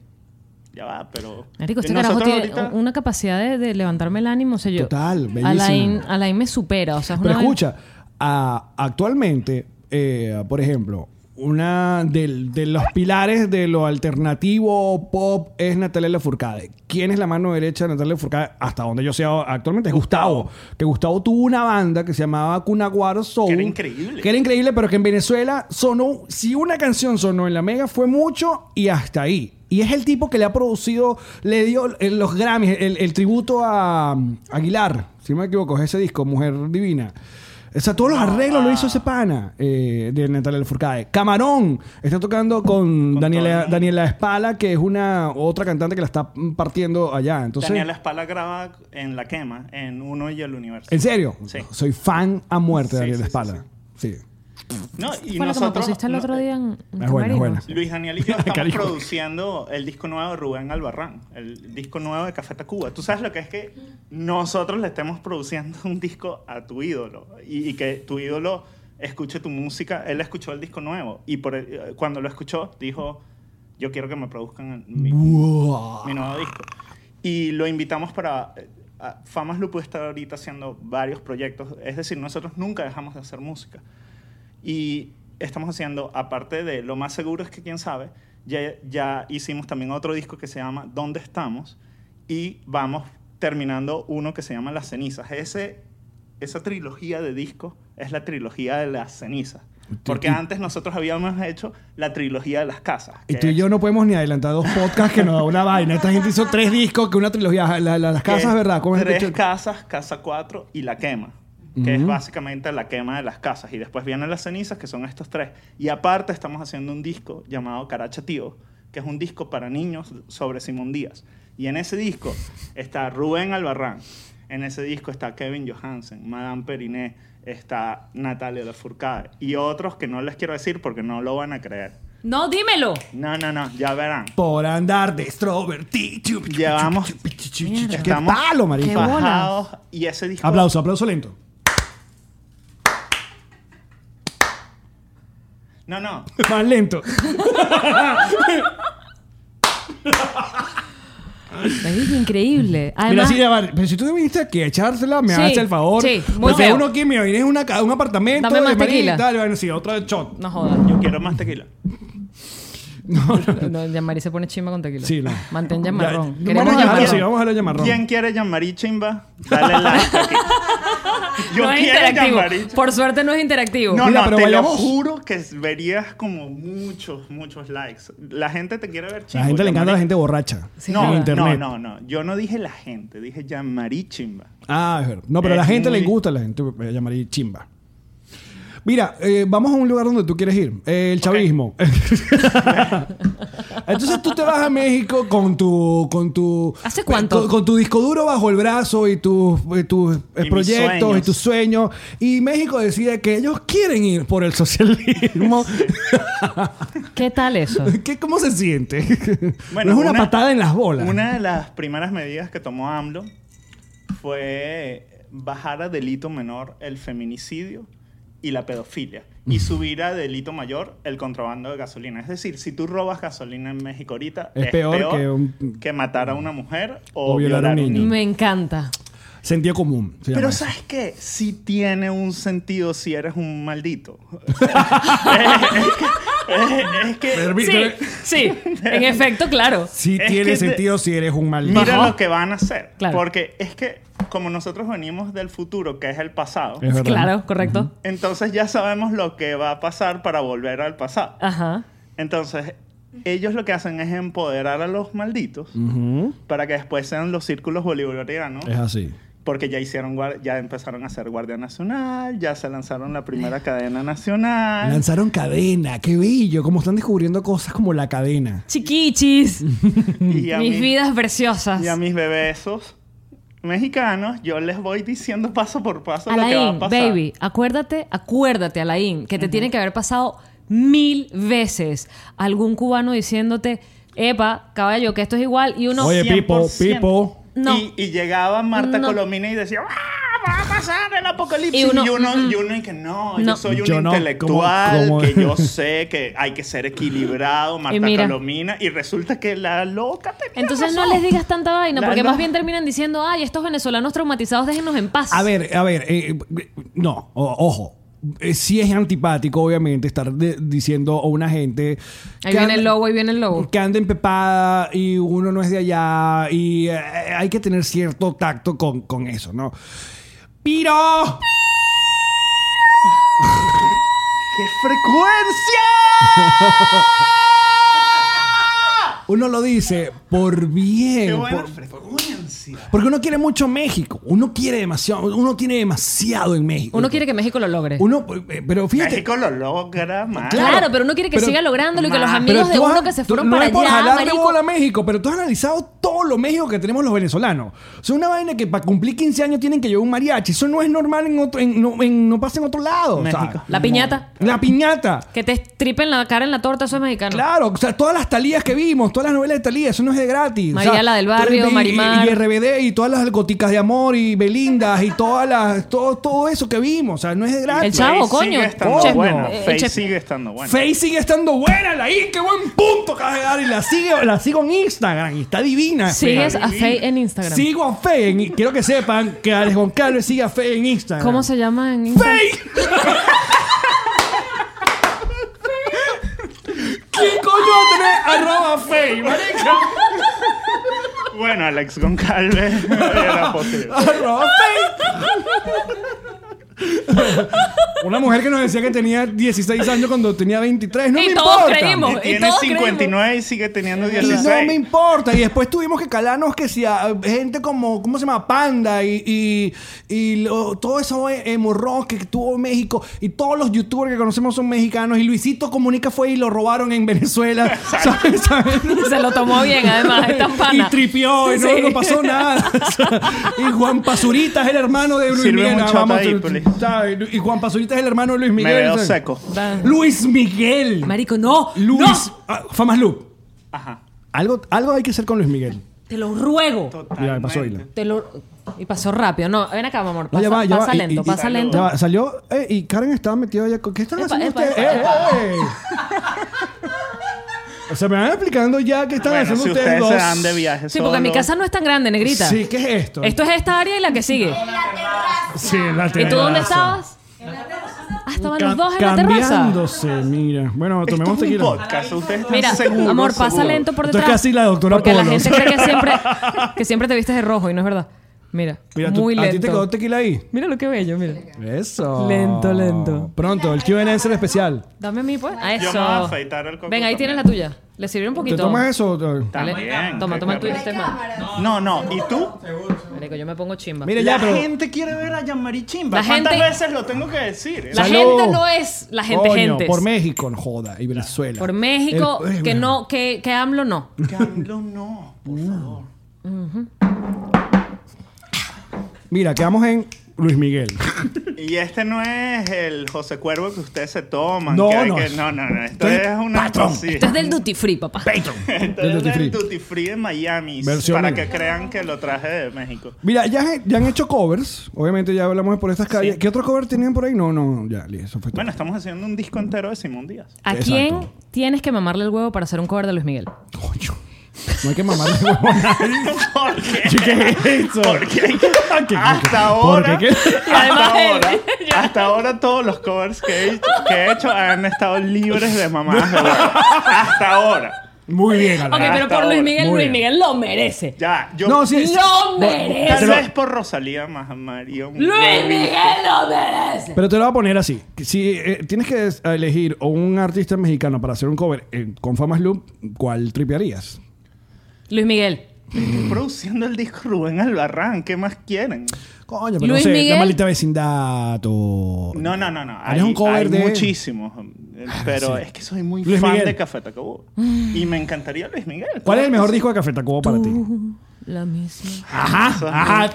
[SPEAKER 3] ya va, pero.
[SPEAKER 2] Marico, este
[SPEAKER 3] Y
[SPEAKER 2] carajo
[SPEAKER 3] nosotros
[SPEAKER 2] tiene
[SPEAKER 3] ahorita-
[SPEAKER 2] una capacidad de, de levantarme el ánimo. O sea, yo,
[SPEAKER 1] Total, bellísimo.
[SPEAKER 2] Alain, Alain me supera. O sea, es
[SPEAKER 1] Pero
[SPEAKER 2] una vaina-
[SPEAKER 1] escucha, a- actualmente, eh, por ejemplo, una del- de los pilares de lo alternativo pop es Natalia Lafourcade. ¿Quién es la mano derecha de Natalia Lafourcade? Hasta donde yo sé actualmente es Gustavo. Que Gustavo tuvo una banda que se llamaba Cunaguaro Soul.
[SPEAKER 3] Que era increíble.
[SPEAKER 1] Que era increíble, pero que en Venezuela sonó, si una canción sonó en la mega fue mucho y hasta ahí. Y es el tipo que le ha producido, le dio eh, los Grammys, el, el tributo a um, Aguilar, si no me equivoco, es ese disco, Mujer Divina. O sea,
[SPEAKER 3] Ah,
[SPEAKER 1] todos los arreglos lo hizo ese pana eh, de Natalia Lafourcade. Camarón está tocando con,
[SPEAKER 3] Con todo el
[SPEAKER 1] Daniela,
[SPEAKER 3] mundo.
[SPEAKER 1] Daniela Espala, que es una otra cantante que la está mm, partiendo allá. Entonces,
[SPEAKER 3] Daniela Espala graba en La Quema, en Uno y el Universo.
[SPEAKER 1] ¿En serio?
[SPEAKER 3] Sí.
[SPEAKER 1] Soy fan a muerte de
[SPEAKER 3] Sí,
[SPEAKER 1] Daniela
[SPEAKER 3] sí, sí,
[SPEAKER 1] Espala. Sí.
[SPEAKER 3] No, y
[SPEAKER 2] Fue lo que me
[SPEAKER 3] nosotros-
[SPEAKER 2] pusiste el
[SPEAKER 3] no, eh,
[SPEAKER 2] otro día en, en
[SPEAKER 1] Es buena, es
[SPEAKER 2] Camerinos.
[SPEAKER 1] buena.
[SPEAKER 3] Luis Daniel y yo estamos
[SPEAKER 1] Cariño.
[SPEAKER 3] produciendo el disco nuevo de Rubén Albarrán, el disco nuevo de Café Tacuba. Tú sabes lo que es que nosotros le estemos produciendo un disco a tu ídolo y, y que tu ídolo escuche tu música. Él escuchó el disco nuevo y por, eh, cuando lo escuchó dijo, yo quiero que me produzcan mi,
[SPEAKER 1] Buah.
[SPEAKER 3] mi nuevo disco. Y lo invitamos para... eh, a- Famas Lupu está ahorita haciendo varios proyectos, es decir, nosotros nunca dejamos de hacer música. Y estamos haciendo, aparte de lo más seguro es que quién sabe, ya, ya hicimos también otro disco que se llama ¿Dónde estamos? Y vamos terminando uno que se llama Las cenizas. Ese, esa trilogía de discos es la trilogía de las cenizas. Porque
[SPEAKER 1] y-
[SPEAKER 3] antes nosotros habíamos hecho la trilogía de las casas.
[SPEAKER 1] Y
[SPEAKER 3] que
[SPEAKER 1] tú y
[SPEAKER 3] es-
[SPEAKER 1] yo no podemos ni adelantar dos podcasts que nos da una vaina. Esta gente hizo tres discos que una trilogía. La- la- las
[SPEAKER 3] que
[SPEAKER 1] casas,
[SPEAKER 3] es
[SPEAKER 1] ¿verdad? ¿Cómo es el
[SPEAKER 3] tres
[SPEAKER 1] dicho?
[SPEAKER 3] casas, casa 4 y la quema, que es básicamente la quema de las casas. Y después vienen las cenizas, que son estos tres. Y aparte estamos haciendo un disco llamado Caracha Tío, que es un disco para niños sobre Simón Díaz. Y en ese disco está Rubén Albarrán, en ese disco está Kevin Johansen, Madame Periné, está Natalia Lafourcade y otros que no les quiero decir porque no lo van a creer.
[SPEAKER 2] No, dímelo.
[SPEAKER 3] No, no, no, ya verán.
[SPEAKER 1] Por andar de extrovertido.
[SPEAKER 3] Llevamos-
[SPEAKER 1] ¡Qué
[SPEAKER 3] Estamos
[SPEAKER 1] palo, marico!
[SPEAKER 2] Qué bolas.
[SPEAKER 3] fajados y ese disco
[SPEAKER 1] Aplauso, aplauso lento.
[SPEAKER 3] No, no,
[SPEAKER 1] Más lento.
[SPEAKER 2] Es increíble.
[SPEAKER 1] Mira,
[SPEAKER 2] Además,
[SPEAKER 1] sí, ya va. Pero si tú te viniste aquí a echársela, me
[SPEAKER 2] Sí,
[SPEAKER 1] haces el favor.
[SPEAKER 2] sí, muy
[SPEAKER 1] Porque
[SPEAKER 2] feo.
[SPEAKER 1] uno aquí me viene una, ca- un apartamento.
[SPEAKER 2] Dame más
[SPEAKER 1] de marido y
[SPEAKER 2] tequila.
[SPEAKER 1] tal. Bueno, sí, otro shot.
[SPEAKER 2] no jodas.
[SPEAKER 3] yo quiero más tequila.
[SPEAKER 2] No, Yamari se pone chimba con tequila.
[SPEAKER 1] Sí, no.
[SPEAKER 2] Mantén llamarrón.
[SPEAKER 1] Ya,
[SPEAKER 2] Queremos
[SPEAKER 1] vamos a llamarlo,
[SPEAKER 2] llamarrón.
[SPEAKER 1] sí, vamos a llamarlo llamarrón.
[SPEAKER 3] ¿Quién quiere Jean-Marie Chimba? Dale like aquí. Yo
[SPEAKER 2] no es
[SPEAKER 3] quiero Jean-Marie
[SPEAKER 2] interactivo.
[SPEAKER 3] Chimba.
[SPEAKER 2] Por suerte no es interactivo.
[SPEAKER 3] No,
[SPEAKER 1] Mira,
[SPEAKER 3] no,
[SPEAKER 1] pero
[SPEAKER 3] te
[SPEAKER 1] vayamos.
[SPEAKER 3] lo juro que verías como muchos, muchos likes. La gente te quiere ver
[SPEAKER 1] A
[SPEAKER 3] chimba.
[SPEAKER 1] la gente le encanta a la gente borracha.
[SPEAKER 2] Sí,
[SPEAKER 1] en
[SPEAKER 3] No,
[SPEAKER 1] internet.
[SPEAKER 3] no, no, no. Yo no dije la gente, dije Jean-Marie Chimba.
[SPEAKER 1] Ah, es verdad. No, pero a la
[SPEAKER 3] Es
[SPEAKER 1] gente le
[SPEAKER 3] muy-
[SPEAKER 1] gusta, la gente me llamaría chimba. Mira, eh, vamos a un lugar donde tú quieres ir. Eh, el chavismo. Entonces tú te vas a México con tu... Con tu eh,
[SPEAKER 2] ¿Hace cuánto?
[SPEAKER 1] Con, con tu disco duro bajo el brazo y tus, eh, tus eh,
[SPEAKER 3] mis
[SPEAKER 1] proyectos y
[SPEAKER 3] sueños.
[SPEAKER 1] tus sueños. Y México decide que ellos quieren ir por el socialismo.
[SPEAKER 2] ¿Qué tal eso?
[SPEAKER 1] ¿Qué, ¿Cómo se siente?
[SPEAKER 3] Bueno,
[SPEAKER 1] no es una, patada en las bolas.
[SPEAKER 3] Una de las primeras medidas que tomó AMLO fue bajar a delito menor el feminicidio y la pedofilia y subir a delito mayor el contrabando de gasolina. Es decir, si tú robas gasolina en México ahorita,
[SPEAKER 1] Es
[SPEAKER 3] es,
[SPEAKER 1] peor
[SPEAKER 3] peor,
[SPEAKER 1] que un-
[SPEAKER 3] que matar a una mujer o,
[SPEAKER 1] O violar
[SPEAKER 3] violar
[SPEAKER 1] a
[SPEAKER 3] a
[SPEAKER 1] un
[SPEAKER 3] un
[SPEAKER 1] niño.
[SPEAKER 3] niño.
[SPEAKER 2] Me encanta.
[SPEAKER 1] Sentido común. se llama
[SPEAKER 3] Pero
[SPEAKER 1] eso.
[SPEAKER 3] ¿sabes qué? Sí tiene un sentido si eres un maldito. es que, es que
[SPEAKER 1] Permíteme.
[SPEAKER 2] Sí, sí. En efecto, claro.
[SPEAKER 1] Sí
[SPEAKER 3] Es
[SPEAKER 1] tiene
[SPEAKER 3] que te-
[SPEAKER 1] sentido si eres un maldito.
[SPEAKER 3] Mira
[SPEAKER 2] Ajá.
[SPEAKER 3] lo que van a hacer.
[SPEAKER 2] Claro.
[SPEAKER 3] Porque es que como nosotros venimos del futuro, que es el pasado,
[SPEAKER 2] Eh.
[SPEAKER 1] Es verdad.
[SPEAKER 2] Claro, correcto.
[SPEAKER 3] entonces ya sabemos lo que va a pasar para volver al pasado.
[SPEAKER 2] Ajá.
[SPEAKER 3] Entonces, ellos lo que hacen es empoderar a los malditos
[SPEAKER 2] Mm.
[SPEAKER 1] Ujú.
[SPEAKER 3] para que después sean los círculos bolivarianos.
[SPEAKER 1] Es así.
[SPEAKER 3] Porque ya hicieron guar- ya empezaron a ser Guardia Nacional, ya se lanzaron la primera cadena nacional.
[SPEAKER 1] Lanzaron cadena, qué bello, como están descubriendo cosas como la cadena.
[SPEAKER 2] Chiquichis.
[SPEAKER 3] y a
[SPEAKER 2] Mis
[SPEAKER 3] mí-
[SPEAKER 2] vidas preciosas.
[SPEAKER 3] Y a mis bebesos mexicanos, yo les voy diciendo paso por paso lo que va a
[SPEAKER 2] Alain,
[SPEAKER 3] pasar.
[SPEAKER 2] baby, acuérdate, acuérdate, Alain, que te tiene que haber pasado mil veces algún cubano diciéndote, epa, caballo, que esto es igual, y uno...
[SPEAKER 1] Oye, Pipo,
[SPEAKER 3] 100%.
[SPEAKER 1] Pipo.
[SPEAKER 2] No.
[SPEAKER 3] Y, y llegaba Marta
[SPEAKER 2] No.
[SPEAKER 3] Colomina y decía, ¡Ah, va a pasar el apocalipsis!
[SPEAKER 2] Y
[SPEAKER 3] Y
[SPEAKER 2] uno,
[SPEAKER 3] uno, y uno,
[SPEAKER 2] mm,
[SPEAKER 3] y que no,
[SPEAKER 2] no.
[SPEAKER 3] yo soy un
[SPEAKER 1] Yo no,
[SPEAKER 3] intelectual,
[SPEAKER 1] ¿cómo- cómo?
[SPEAKER 3] que yo sé que hay que ser equilibrado, Marta
[SPEAKER 2] mira.
[SPEAKER 3] Colomina, y resulta que la loca tenía
[SPEAKER 2] Entonces no
[SPEAKER 3] razón.
[SPEAKER 2] les digas tanta vaina,
[SPEAKER 3] La
[SPEAKER 2] porque
[SPEAKER 3] no-
[SPEAKER 2] más bien terminan diciendo, ay, estos venezolanos traumatizados, déjenos en paz.
[SPEAKER 1] A ver, a ver, eh, no, o- ojo. eh, sí es antipático, obviamente, estar de- diciendo a una gente.
[SPEAKER 2] Ahí
[SPEAKER 1] que
[SPEAKER 2] viene
[SPEAKER 1] anda-
[SPEAKER 2] el lobo, ahí viene el lobo.
[SPEAKER 1] Que anda empepada y uno no es de allá y eh, hay que tener cierto tacto con, con eso, ¿no? ¡Piro!
[SPEAKER 3] ¡Qué frecuencia!
[SPEAKER 1] Uno lo dice por bien.
[SPEAKER 3] ¡Qué buena
[SPEAKER 1] por-
[SPEAKER 3] frecuencia!
[SPEAKER 1] porque uno quiere mucho México. Uno quiere demasiado. Uno tiene demasiado en México.
[SPEAKER 2] Uno quiere que México lo logre.
[SPEAKER 1] Uno, eh, pero fíjate.
[SPEAKER 3] México lo logra más.
[SPEAKER 2] Claro,
[SPEAKER 1] Claro,
[SPEAKER 2] pero uno quiere que
[SPEAKER 1] pero-
[SPEAKER 2] siga lográndolo y que los
[SPEAKER 3] Más.
[SPEAKER 1] Pero
[SPEAKER 2] amigos de
[SPEAKER 1] tú has-
[SPEAKER 2] uno que se
[SPEAKER 1] tú-
[SPEAKER 2] fueron
[SPEAKER 1] no
[SPEAKER 2] para
[SPEAKER 1] es por
[SPEAKER 2] allá,
[SPEAKER 1] jalarle
[SPEAKER 2] marico.
[SPEAKER 1] bola a México, pero tú has analizado todo lo México que tenemos los venezolanos. O sea, una vaina que para cumplir 15 años tienen que llevar un mariachi. Eso no es normal en otro, en- no, en- no pasa en otro lado. o sea.
[SPEAKER 3] México.
[SPEAKER 2] La piñata.
[SPEAKER 1] la piñata.
[SPEAKER 2] Que te estripen la cara en la torta, eso es mexicano.
[SPEAKER 1] Claro, o sea, todas las talías que vimos, todas las novelas de talías, eso no es de gratis. O
[SPEAKER 2] María
[SPEAKER 1] sea,
[SPEAKER 2] la del barrio,
[SPEAKER 1] y- y-
[SPEAKER 2] Marimar.
[SPEAKER 1] Y, RBD y todas las goticas de amor y Belindas y todas las, todo, todo eso que vimos. O sea, no es de gratis.
[SPEAKER 2] El Chavo, coño.
[SPEAKER 3] Sigue estando
[SPEAKER 1] Chesmo.
[SPEAKER 3] buena.
[SPEAKER 2] Eh,
[SPEAKER 3] Face
[SPEAKER 2] Chesmo.
[SPEAKER 3] sigue estando buena.
[SPEAKER 1] Faye sigue estando buena, la I, qué buen punto acabas de dar. Y la, sigue, la sigo en Instagram y está divina.
[SPEAKER 2] Sigues
[SPEAKER 1] Faye.
[SPEAKER 2] a Faye en Instagram.
[SPEAKER 1] Sigo a Faye. en- quiero que sepan que Alex Goncalves sigue a Faye en Instagram.
[SPEAKER 2] ¿Cómo se llama en Instagram?
[SPEAKER 1] ¡Faye! ¿Quién coño va a tener arroba Faye, marica?
[SPEAKER 3] Bueno, Alex Goncalves era posible.
[SPEAKER 1] Arroba Faye. Una mujer que nos decía que tenía 16 años cuando tenía 23. No
[SPEAKER 2] Y
[SPEAKER 1] me
[SPEAKER 2] todos
[SPEAKER 1] importa.
[SPEAKER 2] creímos.
[SPEAKER 3] Y
[SPEAKER 2] Y
[SPEAKER 3] tiene
[SPEAKER 2] todos
[SPEAKER 3] 59 y sigue teniendo
[SPEAKER 1] Y
[SPEAKER 3] 16.
[SPEAKER 1] no me importa. Y después tuvimos que calarnos que si a gente como, ¿cómo se llama? Panda y, y, y lo- todo eso he- hemorrock que tuvo México. Y todos los youtubers que conocemos son mexicanos. Y Luisito Comunica fue y lo robaron en Venezuela. ¿Sabes? ¿Sabes?
[SPEAKER 2] Se lo tomó bien, además, Ah, es tan pana.
[SPEAKER 1] Y tripió y no,
[SPEAKER 2] Sí.
[SPEAKER 1] no pasó nada. O sea, y Juan Pasurita es el hermano de Luis
[SPEAKER 3] Sirve
[SPEAKER 1] Miguel.
[SPEAKER 3] mucho Ataípoli.
[SPEAKER 1] ¿sabes? y Juan Pasurita es el hermano de Luis
[SPEAKER 3] Me
[SPEAKER 1] Miguel.
[SPEAKER 3] veo
[SPEAKER 1] ¿sabes?
[SPEAKER 3] seco.
[SPEAKER 2] Da-
[SPEAKER 1] Luis Miguel.
[SPEAKER 2] Marico, no.
[SPEAKER 1] Luis.
[SPEAKER 2] No.
[SPEAKER 1] Ah, Famas Lu.
[SPEAKER 3] Ajá.
[SPEAKER 1] Algo, algo hay que hacer con Luis Miguel.
[SPEAKER 2] Te lo ruego.
[SPEAKER 3] Ah,
[SPEAKER 1] Mira, me pasó Isla.
[SPEAKER 2] Te lo... Y pasó rápido. No, ven acá, mi amor.
[SPEAKER 1] No,
[SPEAKER 2] Pasa,
[SPEAKER 1] ya va, ya va.
[SPEAKER 2] pasa
[SPEAKER 1] Y-
[SPEAKER 2] lento,
[SPEAKER 1] y-
[SPEAKER 2] pasa
[SPEAKER 1] y-
[SPEAKER 2] lento.
[SPEAKER 1] ya va. Salió eh, y Karen estaba metida allá. con- ¿Qué están
[SPEAKER 2] Epa,
[SPEAKER 1] haciendo
[SPEAKER 2] epa,
[SPEAKER 1] ustedes?
[SPEAKER 2] epa,
[SPEAKER 1] ¡Eh, eh, eh! O sea, me van explicando ya qué están
[SPEAKER 3] Bueno,
[SPEAKER 1] haciendo
[SPEAKER 3] si
[SPEAKER 1] ustedes,
[SPEAKER 3] ustedes
[SPEAKER 1] dos.
[SPEAKER 3] se dan de viaje
[SPEAKER 2] Sí, porque mi
[SPEAKER 3] solos.
[SPEAKER 2] casa no es tan grande, negrita.
[SPEAKER 1] Sí, ¿qué es esto?
[SPEAKER 2] Esto es esta área y la que sigue.
[SPEAKER 1] Sí, en la
[SPEAKER 2] ¿Y tú
[SPEAKER 1] terraza.
[SPEAKER 2] dónde estabas? Ah, estaban
[SPEAKER 1] Ca-
[SPEAKER 2] los dos en la terraza.
[SPEAKER 1] cambiándose, mira. Bueno,
[SPEAKER 3] Esto es
[SPEAKER 1] tomemos
[SPEAKER 3] un
[SPEAKER 1] tequila.
[SPEAKER 3] podcast. Ustedes están
[SPEAKER 2] Mira,
[SPEAKER 3] seguros,
[SPEAKER 2] amor, pasa
[SPEAKER 3] seguros.
[SPEAKER 2] lento por
[SPEAKER 1] Esto es
[SPEAKER 2] detrás.
[SPEAKER 1] casi la doctora
[SPEAKER 2] Porque la
[SPEAKER 1] Polo.
[SPEAKER 2] gente cree que siempre, que siempre te vistes de rojo y no es verdad. Mira,
[SPEAKER 1] Mira, tú-
[SPEAKER 2] muy
[SPEAKER 1] ¿a ti te
[SPEAKER 2] lento.
[SPEAKER 1] quedó tequila ahí?
[SPEAKER 2] Mira lo que bello, mira.
[SPEAKER 1] Eso.
[SPEAKER 2] Lento, lento.
[SPEAKER 1] Pronto, el Q&A es el especial.
[SPEAKER 2] Dame mi pues. A eso.
[SPEAKER 3] Yo me voy a afeitar el coco
[SPEAKER 2] Ven, ahí tienes la
[SPEAKER 3] también.
[SPEAKER 2] tuya. Le sirvió un
[SPEAKER 1] ¿Te
[SPEAKER 2] poquito.
[SPEAKER 1] tomas eso?
[SPEAKER 2] Dale.
[SPEAKER 3] También,
[SPEAKER 2] Toma,
[SPEAKER 3] qué
[SPEAKER 2] toma el tuyo.
[SPEAKER 3] cabrón.
[SPEAKER 2] Este es más.
[SPEAKER 3] No, no. ¿Y tú?
[SPEAKER 2] Marico, yo me pongo chimba.
[SPEAKER 1] Mira ya,
[SPEAKER 3] la
[SPEAKER 1] pero...
[SPEAKER 3] gente quiere ver a Jean-Marie Chimba.
[SPEAKER 2] La
[SPEAKER 3] ¿Cuántas
[SPEAKER 2] gente-
[SPEAKER 3] veces lo tengo que decir?
[SPEAKER 2] La
[SPEAKER 1] Salud.
[SPEAKER 2] gente no es la gente,
[SPEAKER 1] Coño,
[SPEAKER 2] gente.
[SPEAKER 1] Por México, no joda. Y Venezuela.
[SPEAKER 2] Por México,
[SPEAKER 1] El- eh,
[SPEAKER 2] que
[SPEAKER 1] bueno.
[SPEAKER 2] no, que, que AMLO no.
[SPEAKER 3] Que AMLO no, por favor.
[SPEAKER 1] Mira, quedamos en Luis Miguel.
[SPEAKER 3] Y este no es el José Cuervo que ustedes se toman.
[SPEAKER 1] No,
[SPEAKER 3] que hay
[SPEAKER 1] no.
[SPEAKER 3] que- no, no, no.
[SPEAKER 1] Esto
[SPEAKER 3] Esto
[SPEAKER 1] es
[SPEAKER 3] es una...
[SPEAKER 1] patrón.
[SPEAKER 3] sí.
[SPEAKER 2] Esto es del duty free, papá.
[SPEAKER 3] Esto
[SPEAKER 1] del
[SPEAKER 3] es
[SPEAKER 1] Duty Free.
[SPEAKER 3] del Duty Free de Miami.
[SPEAKER 1] Versión
[SPEAKER 3] para
[SPEAKER 1] negra.
[SPEAKER 3] que crean que lo traje de México.
[SPEAKER 1] Mira, ya, he- ya han hecho covers. Obviamente ya hablamos de por estas calles. ¿Qué otro cover tenían por ahí? No, no, ya, li- eso fue todo.
[SPEAKER 3] Bueno, estamos haciendo un disco entero de Simón Díaz.
[SPEAKER 2] ¿A
[SPEAKER 1] Exacto.
[SPEAKER 2] quién tienes que mamarle el huevo para hacer un cover de Luis Miguel?
[SPEAKER 1] Coño. No hay que mamarle huevo a nadie.
[SPEAKER 3] ¿Por qué?
[SPEAKER 1] ¿Qué es eso?
[SPEAKER 3] ¿Por qué?
[SPEAKER 1] ¿Qué-
[SPEAKER 3] Hasta
[SPEAKER 1] por
[SPEAKER 3] ahora.
[SPEAKER 1] qué? ¿Qué?
[SPEAKER 2] Y además
[SPEAKER 3] hasta
[SPEAKER 2] él-
[SPEAKER 3] ahora, hasta ahora todos los covers que he hecho, que he hecho han estado libres de mamadas de huevo. Hasta ahora.
[SPEAKER 1] Muy bien, Alan.
[SPEAKER 2] Ok, pero por
[SPEAKER 3] ahora.
[SPEAKER 2] Luis Miguel,
[SPEAKER 1] Muy
[SPEAKER 2] Luis
[SPEAKER 1] bien.
[SPEAKER 2] Miguel lo merece.
[SPEAKER 3] Ya, yo
[SPEAKER 1] No, sí.
[SPEAKER 2] ¡Lo
[SPEAKER 3] tal
[SPEAKER 2] merece!
[SPEAKER 3] vez por Rosalía más amarillo.
[SPEAKER 2] ¡Luis Miguel lo merece!
[SPEAKER 1] Pero te lo voy a poner así. Si eh, tienes que des- elegir o un artista mexicano para hacer un cover eh, con Famas Loop, ¿cuál tripearías?
[SPEAKER 2] Luis Miguel.
[SPEAKER 3] Produciendo el disco Rubén Albarrán, ¿qué más quieren?
[SPEAKER 1] Coño, pero
[SPEAKER 2] Luis
[SPEAKER 1] no sé. La
[SPEAKER 2] Miguel.
[SPEAKER 1] maldita vecindad o...
[SPEAKER 3] No, no, no, no.
[SPEAKER 1] Harías
[SPEAKER 3] Hay,
[SPEAKER 1] un cover
[SPEAKER 3] hay
[SPEAKER 1] de- Ah,
[SPEAKER 3] muchísimos. eh, Pero
[SPEAKER 1] sí.
[SPEAKER 3] es que soy muy
[SPEAKER 1] Luis
[SPEAKER 3] fan
[SPEAKER 1] Miguel.
[SPEAKER 3] de Café Tacuba. Y me encantaría Luis Miguel.
[SPEAKER 1] ¿Cuál
[SPEAKER 3] claro
[SPEAKER 1] es el mejor
[SPEAKER 3] que sí.
[SPEAKER 1] disco de Café Tacuba para ti?
[SPEAKER 2] La
[SPEAKER 1] Ah,
[SPEAKER 2] misma.
[SPEAKER 3] Eso es
[SPEAKER 1] Ajá, ajá.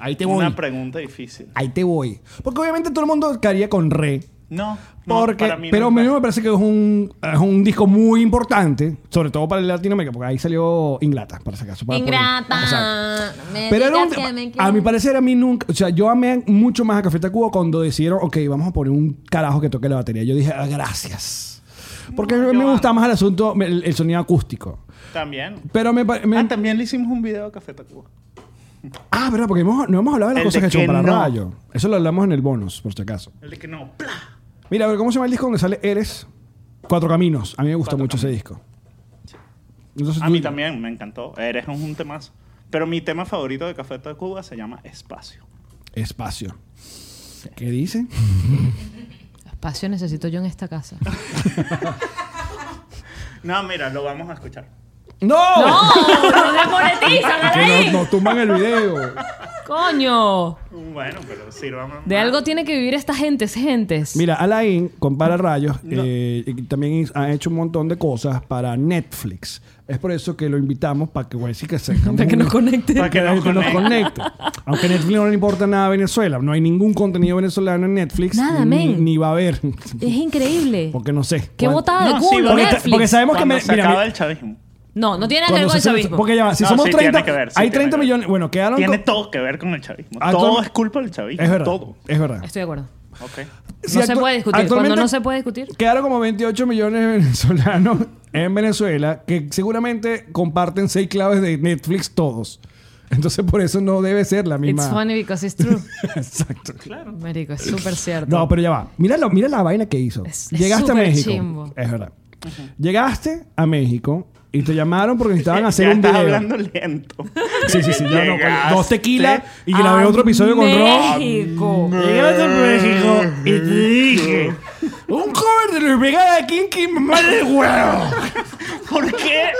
[SPEAKER 1] Ahí te voy.
[SPEAKER 3] Una pregunta difícil.
[SPEAKER 1] Ahí te voy. Porque obviamente todo el mundo caería con Re.
[SPEAKER 3] No, no,
[SPEAKER 1] Porque,
[SPEAKER 3] para mí no
[SPEAKER 1] pero a
[SPEAKER 3] es
[SPEAKER 1] mí
[SPEAKER 3] bueno.
[SPEAKER 1] me parece que es un, es un disco muy importante, sobre todo para el Latinoamérica, porque ahí salió Ingrata, para ese caso. para poner- Exacto.
[SPEAKER 2] Ingrata. Me
[SPEAKER 1] Pero era un-
[SPEAKER 2] digas que me
[SPEAKER 1] a
[SPEAKER 2] quieres.
[SPEAKER 1] mi parecer, a mí nunca. O sea, yo amé mucho más a Café Tacuba cuando decidieron, ok, vamos a poner un carajo que toque la batería. Yo dije, ah, gracias. Porque a mí me
[SPEAKER 3] yo
[SPEAKER 1] gusta más el asunto, el, el sonido acústico.
[SPEAKER 3] También.
[SPEAKER 1] Pero me, pa- me-
[SPEAKER 3] Ah, también le hicimos un video a Café Tacuba.
[SPEAKER 1] Ah, ¿verdad? Porque hemos- no hemos hablado de las
[SPEAKER 3] El
[SPEAKER 1] cosas
[SPEAKER 3] de
[SPEAKER 1] que son
[SPEAKER 3] que
[SPEAKER 1] para
[SPEAKER 3] no.
[SPEAKER 1] rayo. Eso lo hablamos en el bonus, por si acaso.
[SPEAKER 3] El de que no, ¡pla!
[SPEAKER 1] Mira, a ver, ¿cómo se llama el disco donde sale Eres? Cuatro Caminos. A mí me gusta mucho ese disco. Entonces,
[SPEAKER 3] A
[SPEAKER 1] tú-
[SPEAKER 3] mí también me encantó. Eres un, un temazo. Pero mi tema favorito de Café de Cuba se llama Espacio.
[SPEAKER 1] Espacio. ¿Qué dice?
[SPEAKER 2] Espacio necesito yo en esta casa.
[SPEAKER 3] No, mira, lo vamos a escuchar.
[SPEAKER 1] ¡No!
[SPEAKER 2] ¡No me monetizan
[SPEAKER 1] Que nos,
[SPEAKER 2] ahí!
[SPEAKER 1] nos tumban el video.
[SPEAKER 2] ¡Coño!
[SPEAKER 3] Bueno, pero sirva.
[SPEAKER 2] De algo tiene que vivir esta gente, es gentes.
[SPEAKER 1] Mira, Alain compara rayos. eh, y también ha hecho un montón de cosas para Netflix. Es por eso que lo invitamos para que, güey, sí que se
[SPEAKER 2] Para que nos conecten.
[SPEAKER 3] Para que
[SPEAKER 1] para
[SPEAKER 3] nos
[SPEAKER 1] que nos
[SPEAKER 3] conecte.
[SPEAKER 1] conecte. Aunque Netflix no le importa nada a Venezuela. No hay ningún contenido venezolano en Netflix. ni,
[SPEAKER 2] Nada, men.
[SPEAKER 1] ni va a haber.
[SPEAKER 2] Es increíble.
[SPEAKER 1] Porque no sé.
[SPEAKER 2] ¡Qué
[SPEAKER 1] Cuan-
[SPEAKER 2] botada de
[SPEAKER 3] No, sí,
[SPEAKER 2] culo,
[SPEAKER 3] porque
[SPEAKER 1] Porque,
[SPEAKER 3] está-
[SPEAKER 2] Netflix!
[SPEAKER 1] porque sabemos que...
[SPEAKER 3] Cuando
[SPEAKER 1] me-
[SPEAKER 3] se
[SPEAKER 1] mira,
[SPEAKER 3] acaba
[SPEAKER 1] mi-
[SPEAKER 3] el chavismo.
[SPEAKER 2] No no tiene nada que ver
[SPEAKER 1] cuando
[SPEAKER 2] con el
[SPEAKER 1] se-
[SPEAKER 2] chavismo.
[SPEAKER 1] Porque ya va, si
[SPEAKER 3] No,
[SPEAKER 1] somos
[SPEAKER 3] sí,
[SPEAKER 1] 30...
[SPEAKER 3] tiene que ver, sí,
[SPEAKER 1] hay
[SPEAKER 3] tiene
[SPEAKER 1] 30
[SPEAKER 3] que ver.
[SPEAKER 1] millones... Bueno, quedaron...
[SPEAKER 3] Tiene
[SPEAKER 1] con-
[SPEAKER 3] todo que ver con el chavismo.
[SPEAKER 1] Ah,
[SPEAKER 3] todo
[SPEAKER 1] con-
[SPEAKER 3] es culpa del chavismo.
[SPEAKER 1] Es verdad.
[SPEAKER 3] Todo.
[SPEAKER 1] Es verdad.
[SPEAKER 2] Estoy de acuerdo.
[SPEAKER 3] Ok.
[SPEAKER 1] Si
[SPEAKER 2] no se
[SPEAKER 1] actu-
[SPEAKER 2] puede discutir. Cuando
[SPEAKER 1] actualmente
[SPEAKER 2] no se puede discutir.
[SPEAKER 1] Quedaron como 28 millones de venezolanos en Venezuela que seguramente comparten seis claves de Netflix todos. Entonces por eso no debe ser la misma.
[SPEAKER 2] It's funny because it's true.
[SPEAKER 1] Exacto.
[SPEAKER 2] Marico, es súper cierto.
[SPEAKER 1] No, pero ya va. Mira, lo- mira la vaina que hizo.
[SPEAKER 2] Es- es
[SPEAKER 1] Llegaste a
[SPEAKER 2] súper
[SPEAKER 1] México.
[SPEAKER 2] chimbo.
[SPEAKER 1] Es verdad. Llegaste a México y te llamaron porque necesitaban
[SPEAKER 3] Ya
[SPEAKER 1] hacer
[SPEAKER 3] estás
[SPEAKER 1] un video.
[SPEAKER 3] hablando lento.
[SPEAKER 1] Sí, sí, sí. ya no,
[SPEAKER 3] Llegaste
[SPEAKER 1] dos tequilas y
[SPEAKER 2] A
[SPEAKER 1] grabé otro episodio con Rob.
[SPEAKER 2] Ah, México.
[SPEAKER 3] Mm.
[SPEAKER 1] Llegaste a México y te dije: Un cover de Luis Vega de Kinky, mamá de huevo.
[SPEAKER 3] ¿Por qué?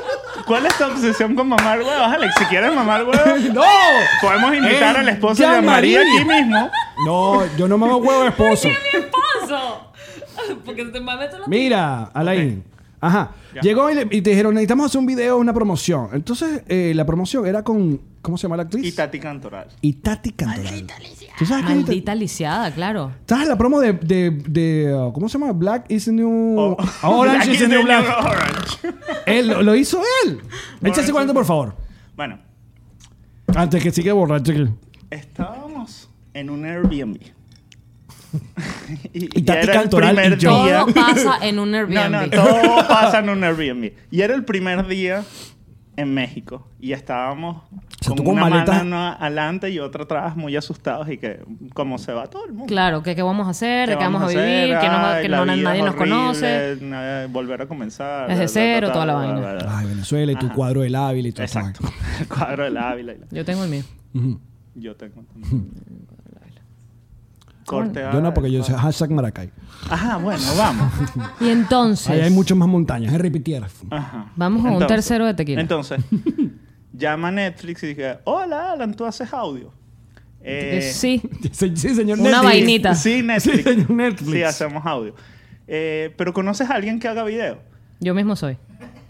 [SPEAKER 3] ¿Cuál es tu obsesión con mamar huevos, Alex? Si quieres mamar huevos,
[SPEAKER 1] ¡No!
[SPEAKER 3] podemos invitar
[SPEAKER 1] Eh,
[SPEAKER 3] al esposo
[SPEAKER 1] ya
[SPEAKER 3] de María
[SPEAKER 1] María.
[SPEAKER 3] aquí mismo.
[SPEAKER 1] No, yo no mamo huevo de esposo.
[SPEAKER 2] esposo! Porque te mames tú
[SPEAKER 1] Mira, Alain. Ajá. Llegó y, le- y te dijeron, necesitamos hacer un video, una promoción. Entonces, eh, la promoción era con, ¿cómo se llama la actriz?
[SPEAKER 3] Y Tati Cantoral.
[SPEAKER 1] Y Tati Cantoral. ¿Tú sabes quién es Tati?
[SPEAKER 2] Maldita lisiada, claro.
[SPEAKER 1] Estás en la promo de, de, de, uh, ¿cómo se llama? Black is the new...
[SPEAKER 3] Oh.
[SPEAKER 1] Orange
[SPEAKER 3] Black
[SPEAKER 1] is the new black.
[SPEAKER 3] Orange.
[SPEAKER 1] Él, lo, lo hizo él. Échase
[SPEAKER 3] Orange.
[SPEAKER 1] 40, por favor.
[SPEAKER 3] Bueno,
[SPEAKER 1] Antes que siga borracho. que-
[SPEAKER 3] estábamos en un Airbnb.
[SPEAKER 1] Y Tati Cantoral y yo.
[SPEAKER 2] Todo pasa en un
[SPEAKER 3] No,
[SPEAKER 2] Airbnb.
[SPEAKER 3] no, todo pasa en un Airbnb. Y era el primer día en México. Y estábamos
[SPEAKER 1] sea, tú
[SPEAKER 3] con
[SPEAKER 1] con
[SPEAKER 3] una
[SPEAKER 1] maletas-
[SPEAKER 3] mano adelante y otra atrás, muy asustados. Y que, como se va todo el mundo.
[SPEAKER 2] Claro, que qué vamos a hacer, de qué vamos a
[SPEAKER 3] hacer?
[SPEAKER 2] vivir, que, no-
[SPEAKER 3] Ay,
[SPEAKER 2] que
[SPEAKER 3] la
[SPEAKER 2] no-
[SPEAKER 3] vida
[SPEAKER 2] nadie
[SPEAKER 3] es
[SPEAKER 2] nos
[SPEAKER 3] horrible,
[SPEAKER 2] conoce.
[SPEAKER 3] nada, volver a comenzar.
[SPEAKER 2] Desde
[SPEAKER 3] ta, ta,
[SPEAKER 2] cero,
[SPEAKER 3] ta,
[SPEAKER 2] toda la
[SPEAKER 3] ta,
[SPEAKER 2] vaina.
[SPEAKER 3] ta, ta, ta.
[SPEAKER 1] Ay, Venezuela y tu
[SPEAKER 3] Ah. Ajá.
[SPEAKER 1] cuadro del Ávila y todo eso.
[SPEAKER 3] Exacto. El cuadro del Ávila. y la-
[SPEAKER 2] Yo tengo el mío.
[SPEAKER 3] Yo tengo. Corte
[SPEAKER 1] Yo
[SPEAKER 3] a-
[SPEAKER 1] no, porque yo soy hashtag Maracay.
[SPEAKER 3] Ajá, bueno, vamos.
[SPEAKER 2] Y entonces,
[SPEAKER 1] Ahí hay muchas más montañas. Henry Pitierra.
[SPEAKER 3] Ajá.
[SPEAKER 2] Vamos a un tercero de tequila.
[SPEAKER 3] Entonces, llama a Netflix y dije, hola Alan, ¿tú haces audio? Eh,
[SPEAKER 2] eh, sí,
[SPEAKER 1] Sí, sí, señor
[SPEAKER 2] Una
[SPEAKER 1] Netflix.
[SPEAKER 2] vainita. Nita.
[SPEAKER 3] Sí, Netflix.
[SPEAKER 1] Sí, señor Netflix.
[SPEAKER 3] Sí, hacemos audio. Eh, pero conoces a alguien que haga video.
[SPEAKER 2] yo mismo soy.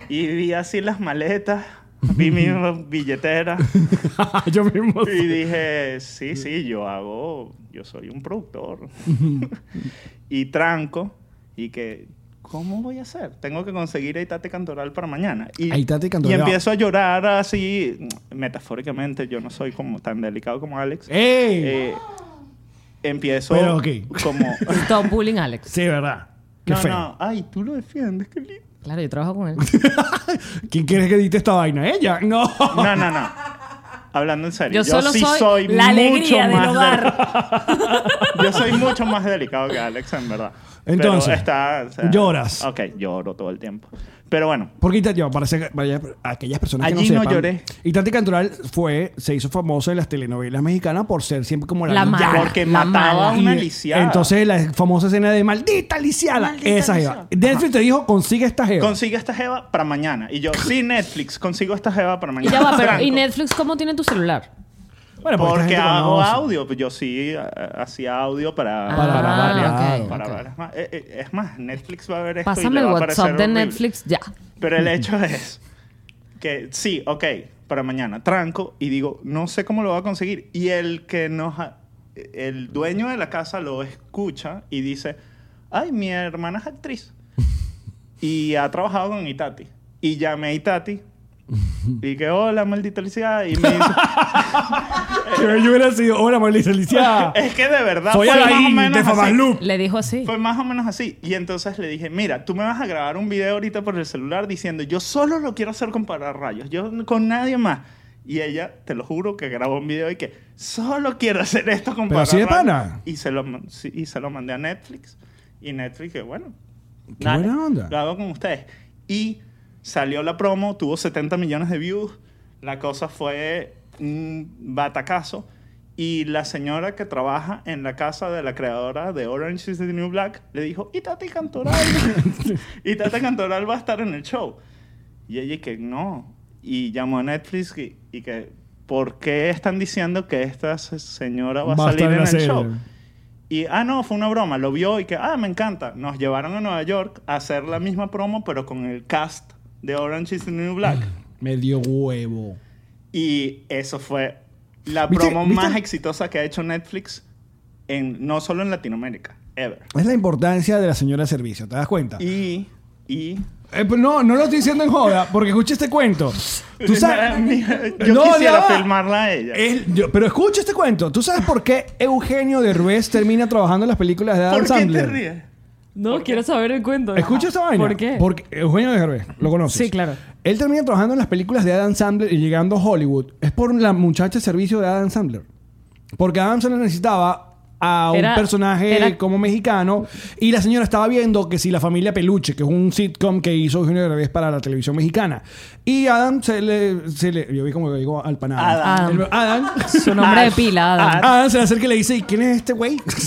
[SPEAKER 3] Y vi así las maletas, vi mi billetera
[SPEAKER 1] Yo mismo.
[SPEAKER 3] y dije, sí, sí, yo hago, yo soy un productor. y tranco y que, ¿cómo voy a hacer? Tengo que conseguir a Itate Cantoral para mañana. Y,
[SPEAKER 1] A Itate Cantoral.
[SPEAKER 3] Y empiezo a llorar así, metafóricamente, yo no soy como tan delicado como Alex.
[SPEAKER 1] ¡Ey!
[SPEAKER 3] Eh, empiezo
[SPEAKER 1] Pero, ok.
[SPEAKER 3] como...
[SPEAKER 2] Stop bullying, Alex.
[SPEAKER 1] Sí, ¿verdad? Qué
[SPEAKER 3] No,
[SPEAKER 1] feo.
[SPEAKER 3] no, ay, tú lo defiendes, qué lindo.
[SPEAKER 2] Claro, yo trabajo con él.
[SPEAKER 1] ¿Quién quieres que edite esta vaina? ¿Ella? No.
[SPEAKER 3] No, no, no. Hablando en serio,
[SPEAKER 2] Yo solo
[SPEAKER 3] sí
[SPEAKER 2] soy
[SPEAKER 3] soy
[SPEAKER 2] la
[SPEAKER 3] mucho
[SPEAKER 2] alegría del
[SPEAKER 3] más
[SPEAKER 2] hogar.
[SPEAKER 3] deli- yo soy mucho más delicado que Alex, en verdad. Pero
[SPEAKER 1] Entonces,
[SPEAKER 3] está, o sea,
[SPEAKER 1] lloras.
[SPEAKER 3] Ok, lloro todo el tiempo. Pero bueno,
[SPEAKER 1] Porque Itati, para, ser- para ya- para aquellas personas
[SPEAKER 3] Allí
[SPEAKER 1] que no
[SPEAKER 3] no
[SPEAKER 1] sepan,
[SPEAKER 3] lloré.
[SPEAKER 1] Itati Cantoral fue, se hizo famosa en las telenovelas mexicanas por ser siempre como la,
[SPEAKER 2] La
[SPEAKER 1] villana.
[SPEAKER 2] mala.
[SPEAKER 3] porque
[SPEAKER 2] la
[SPEAKER 3] mataba a
[SPEAKER 2] mala.
[SPEAKER 3] una
[SPEAKER 1] Y
[SPEAKER 3] lisiada.
[SPEAKER 1] Entonces la famosa escena de maldita lisiada.
[SPEAKER 3] Maldita
[SPEAKER 1] Esa jeva.
[SPEAKER 3] lisiada.
[SPEAKER 1] Netflix te dijo, consigue esta jeva.
[SPEAKER 3] Consigue esta jeva para mañana. Y yo, sí, Netflix, consigo esta jeva para
[SPEAKER 2] Y
[SPEAKER 3] mañana.
[SPEAKER 2] ya va, pero
[SPEAKER 3] Franco.
[SPEAKER 2] ¿y Netflix cómo tiene tu celular?
[SPEAKER 1] Bueno, esta
[SPEAKER 3] Porque
[SPEAKER 1] gente
[SPEAKER 3] hago
[SPEAKER 1] conoce.
[SPEAKER 3] audio. pues Yo sí eh, hacía audio para...
[SPEAKER 1] Para-
[SPEAKER 2] Ah,
[SPEAKER 1] para variar,
[SPEAKER 2] ok,
[SPEAKER 3] para
[SPEAKER 2] ok.
[SPEAKER 3] varias más. Eh, eh, Es más, Netflix va a ver esto y
[SPEAKER 2] Pásame
[SPEAKER 3] le
[SPEAKER 2] el
[SPEAKER 3] va a parecer
[SPEAKER 2] WhatsApp de
[SPEAKER 3] horrible.
[SPEAKER 2] Netflix ya.
[SPEAKER 3] Pero el hecho es que sí, ok, para mañana tranco y digo, no sé cómo lo va a conseguir. Y el que nos. ha- El dueño de la casa lo escucha y dice: Ay, mi hermana es actriz. Y ha trabajado con Itati. Y llamé a Itati. Y que, hola, maldita Alicia. Y me dice,
[SPEAKER 1] Que yo hubiera sido, hola, maldita lisiada.
[SPEAKER 3] es que de verdad
[SPEAKER 1] Soy
[SPEAKER 3] fue más o
[SPEAKER 1] Alain de
[SPEAKER 3] menos así.
[SPEAKER 1] Fabalup.
[SPEAKER 2] Le dijo así.
[SPEAKER 3] Fue más o menos así. Y entonces le dije, mira, tú me vas a grabar un video ahorita por el celular diciendo, yo solo lo quiero hacer con pararrayos, yo con nadie más. Y ella, te lo juro, que grabó un video y que solo quiero hacer esto con
[SPEAKER 1] Pero así de
[SPEAKER 3] Panorama".
[SPEAKER 1] pana.
[SPEAKER 3] Y se, lo, man- sí, y se lo mandé a Netflix. Y Netflix, que bueno.
[SPEAKER 1] Qué
[SPEAKER 3] dale,
[SPEAKER 1] buena onda.
[SPEAKER 3] Lo hago con ustedes. Y salió la promo, tuvo 70 millones de views. La cosa fue un batacazo. Y la señora que trabaja en la casa de la creadora de Orange is the New Black le dijo, y Tati Cantoral. y Tati Cantoral va a estar en el show. Y ella que no. Y llamó a Netflix y, y que, ¿por qué están diciendo que esta se- señora va, a salir en el show? Y, ah, no, fue una broma. Lo vio y que, ah, me encanta. Nos llevaron a Nueva York a hacer la misma promo, pero con el cast de Orange is the New Black.
[SPEAKER 1] Me dio huevo.
[SPEAKER 3] Y eso fue la
[SPEAKER 1] ¿Viste-
[SPEAKER 3] promo
[SPEAKER 1] viste?
[SPEAKER 3] más exitosa que ha hecho Netflix, en, no solo en Latinoamérica, ever.
[SPEAKER 1] Es la importancia de la señora de servicio, ¿te das cuenta?
[SPEAKER 3] Y, y...
[SPEAKER 1] Eh, pero no, no lo estoy diciendo en joda, porque escucha este cuento. Tú sabes.
[SPEAKER 3] Yo
[SPEAKER 1] No,
[SPEAKER 3] quisiera
[SPEAKER 1] ya va.
[SPEAKER 3] filmarla a ella.
[SPEAKER 1] Él- yo- pero escucha este cuento. ¿Tú sabes por qué Eugenio Derbez termina trabajando en las películas de Adam
[SPEAKER 3] ¿Por qué te
[SPEAKER 1] Sandler?
[SPEAKER 3] ríes?
[SPEAKER 2] No, quiero saber el cuento.
[SPEAKER 1] Escucha esta vaina.
[SPEAKER 2] ¿Por qué?
[SPEAKER 1] Porque Eugenio Derbez, lo conoces.
[SPEAKER 2] Sí, claro.
[SPEAKER 1] Él termina trabajando en las películas de Adam Sandler y llegando a Hollywood. Es por la muchacha de servicio de Adam Sandler. Porque Adam Sandler necesitaba a un
[SPEAKER 2] Era-
[SPEAKER 1] personaje
[SPEAKER 2] era-
[SPEAKER 1] como mexicano y la señora estaba viendo que si la familia Peluche, que es un sitcom que hizo Eugenio Derbez para la televisión mexicana. Y Adam se le... se le- yo vi como que digo al panada.
[SPEAKER 2] Adam.
[SPEAKER 1] El- Adam
[SPEAKER 2] Su nombre de pila, Adam.
[SPEAKER 1] Ah, se le acerca y le dice, ¿y quién es este güey?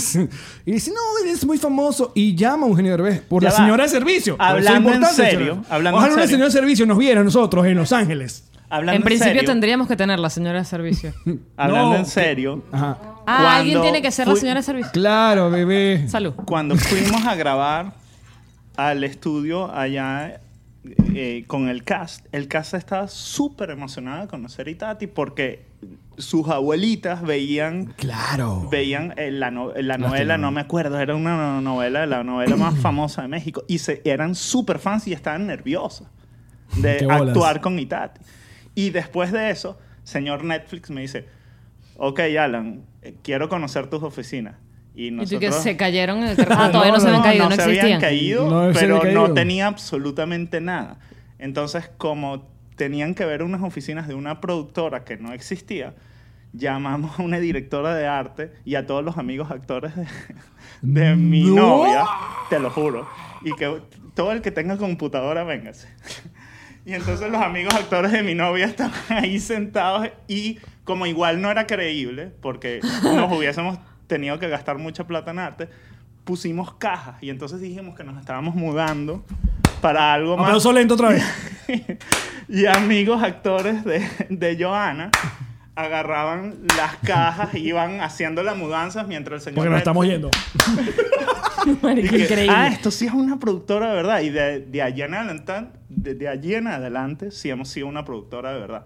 [SPEAKER 1] y dice, no, él es muy famoso. Y llama a Eugenio Derbez por
[SPEAKER 3] Ya
[SPEAKER 1] la
[SPEAKER 3] va.
[SPEAKER 1] señora de servicio. Por eso es
[SPEAKER 3] Hablando en
[SPEAKER 1] importante,
[SPEAKER 3] serio,
[SPEAKER 1] señora.
[SPEAKER 3] hablando
[SPEAKER 1] Ojalá
[SPEAKER 3] en
[SPEAKER 1] una
[SPEAKER 3] serio.
[SPEAKER 1] señora de servicio nos viera a nosotros en Los Ángeles.
[SPEAKER 3] Hablando
[SPEAKER 2] En principio
[SPEAKER 3] serio,
[SPEAKER 2] tendríamos que tener la señora de servicio.
[SPEAKER 3] Hablando
[SPEAKER 1] No,
[SPEAKER 3] en
[SPEAKER 1] que-
[SPEAKER 3] serio,
[SPEAKER 1] Ajá.
[SPEAKER 2] Ah,
[SPEAKER 3] Cuando
[SPEAKER 2] alguien tiene que ser la
[SPEAKER 3] fui-
[SPEAKER 2] señora de servicio.
[SPEAKER 1] Claro, bebé.
[SPEAKER 2] Salud.
[SPEAKER 3] cuando fuimos a grabar al estudio allá eh, con el cast, el cast estaba súper emocionada de conocer a Itati porque sus abuelitas veían
[SPEAKER 1] Claro.
[SPEAKER 3] veían eh, la, no- la novela, no me acuerdo, era una no- novela, la novela más famosa de México, y se, eran súper fans y estaban nerviosas
[SPEAKER 1] Qué
[SPEAKER 3] de
[SPEAKER 1] bolas.
[SPEAKER 3] actuar con Itati. Y después de eso, señor Netflix me dice, ok, Alan, eh, quiero conocer tus oficinas. Y
[SPEAKER 2] Y tú que
[SPEAKER 3] nosotros...
[SPEAKER 2] se cayeron en el terreno. Ah, todavía no,
[SPEAKER 1] No,
[SPEAKER 2] se habían
[SPEAKER 1] no,
[SPEAKER 2] caído, no,
[SPEAKER 3] se habían
[SPEAKER 2] existían.
[SPEAKER 3] caído,
[SPEAKER 1] No se
[SPEAKER 3] pero
[SPEAKER 1] habían
[SPEAKER 3] no
[SPEAKER 1] caído.
[SPEAKER 3] tenía absolutamente nada. Entonces, como tenían que ver unas oficinas de una productora que no existía, llamamos a una directora de arte y a todos los amigos actores de, de mi
[SPEAKER 1] No.
[SPEAKER 3] novia, te lo juro. Y que todo el que tenga computadora, véngase. Y entonces los amigos actores de mi novia estaban ahí sentados y como igual no era creíble, porque nos hubiésemos tenido que gastar mucha plata en arte, pusimos cajas y entonces dijimos que nos estábamos mudando para algo más
[SPEAKER 1] Aplauso lento otra vez.
[SPEAKER 3] y amigos actores de, de Johanna agarraban las cajas y iban haciendo las mudanzas mientras el señor...
[SPEAKER 1] Porque nos
[SPEAKER 3] Netflix-
[SPEAKER 1] estamos yendo.
[SPEAKER 2] Marica,
[SPEAKER 3] y que,
[SPEAKER 2] increíble.
[SPEAKER 3] Ah, esto sí es una productora de verdad. Y de, de allí en adelante, de, de allí en adelante, sí hemos sido una productora de verdad.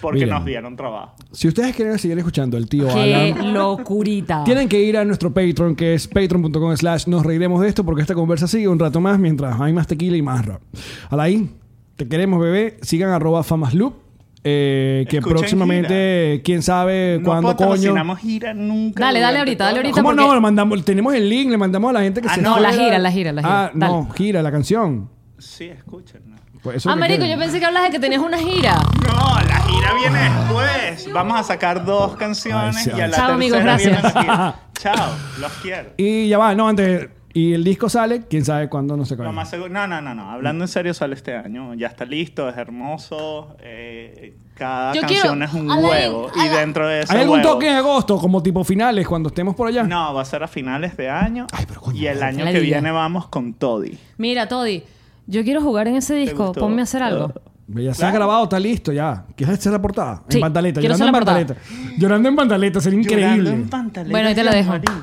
[SPEAKER 3] Porque
[SPEAKER 1] Mira.
[SPEAKER 3] nos dieron trabajo.
[SPEAKER 1] Si ustedes quieren seguir escuchando al tío
[SPEAKER 2] Qué
[SPEAKER 1] Alan,
[SPEAKER 2] locurita.
[SPEAKER 1] tienen que ir a nuestro Patreon, que es patreon.com slash nos reiremos de esto, porque esta conversa sigue un rato más mientras hay más tequila y más rap. Alain, te queremos, bebé. Sigan arroba famasloop. eh, que
[SPEAKER 3] Escuchen
[SPEAKER 1] próximamente, quién sabe cuándo
[SPEAKER 3] no
[SPEAKER 1] Eh, coño.
[SPEAKER 3] patrocinamos gira nunca.
[SPEAKER 2] Dale, dale
[SPEAKER 3] durante
[SPEAKER 2] ahorita,
[SPEAKER 3] todo.
[SPEAKER 2] dale ahorita.
[SPEAKER 1] ¿Cómo
[SPEAKER 2] porque-
[SPEAKER 1] no? Lo mandamos, tenemos el link, le mandamos a la gente que
[SPEAKER 3] Ah,
[SPEAKER 1] se
[SPEAKER 3] no, la
[SPEAKER 1] joda.
[SPEAKER 2] gira, la gira, la gira.
[SPEAKER 1] Ah, no, gira, la canción.
[SPEAKER 3] Sí, escúchenla.
[SPEAKER 1] Pues eso es lo
[SPEAKER 2] Ah,
[SPEAKER 1] que
[SPEAKER 2] marico, yo
[SPEAKER 1] quieren.
[SPEAKER 2] pensé que hablas de que tenías una gira.
[SPEAKER 3] No, la gira viene después. Vamos a sacar dos canciones
[SPEAKER 1] Ay, sí,
[SPEAKER 3] y a la
[SPEAKER 2] Chao,
[SPEAKER 3] tercera
[SPEAKER 2] amigos,
[SPEAKER 3] viene
[SPEAKER 2] gracias.
[SPEAKER 3] la gira. Chao, los quiero.
[SPEAKER 1] Y ya va, no, antes. Y el disco sale, quién sabe cuándo no se
[SPEAKER 3] Lo
[SPEAKER 1] cuándo.
[SPEAKER 3] más seguro- No, no, no, no. Hablando en serio, sale este año. Ya está listo, es hermoso. eh, cada
[SPEAKER 2] Yo
[SPEAKER 3] canción
[SPEAKER 2] quiero-
[SPEAKER 3] es un
[SPEAKER 2] Alain,
[SPEAKER 3] huevo. Y
[SPEAKER 2] Alain.
[SPEAKER 3] dentro de ese
[SPEAKER 1] ¿Hay algún
[SPEAKER 3] huevo-
[SPEAKER 1] toque en agosto, como tipo finales, cuando estemos por allá?
[SPEAKER 3] No, va a ser a finales de año.
[SPEAKER 1] Ay, pero coño,
[SPEAKER 3] y el
[SPEAKER 1] no.
[SPEAKER 3] año
[SPEAKER 2] La
[SPEAKER 3] que
[SPEAKER 2] liga.
[SPEAKER 3] viene vamos con Toddy.
[SPEAKER 2] Mira, Toddy, yo quiero jugar en ese disco.
[SPEAKER 3] gustó? Uh.
[SPEAKER 2] Ponme a hacer algo.
[SPEAKER 1] Ya se ha
[SPEAKER 3] Claro.
[SPEAKER 1] grabado, está listo ya. ¿Quieres hacer la portada?
[SPEAKER 2] Sí,
[SPEAKER 1] en pantaleta,
[SPEAKER 2] quiero
[SPEAKER 1] llorando
[SPEAKER 2] hacer
[SPEAKER 1] en
[SPEAKER 2] la portada.
[SPEAKER 1] pantaleta. Llorando en pantaleta, sería
[SPEAKER 3] Llorando
[SPEAKER 1] increíble.
[SPEAKER 3] en pantaletas
[SPEAKER 2] Bueno, ahí te lo
[SPEAKER 3] de
[SPEAKER 2] dejo.
[SPEAKER 3] Marín.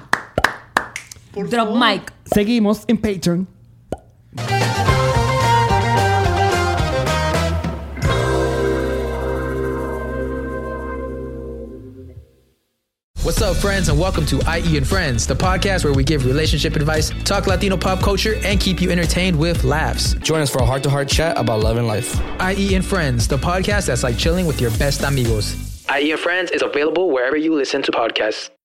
[SPEAKER 3] Por
[SPEAKER 2] Drop
[SPEAKER 3] favor.
[SPEAKER 2] mic.
[SPEAKER 1] Seguimos en Patreon.
[SPEAKER 6] What's up, friends, and welcome to IE and Friends, the podcast where we give relationship advice, talk Latino pop culture, and keep you entertained with laughs.
[SPEAKER 7] Join us for a heart to heart chat about love and life.
[SPEAKER 6] IE and Friends, the podcast that's like chilling with your best amigos.
[SPEAKER 7] E IE and Friends is available wherever you listen to podcasts.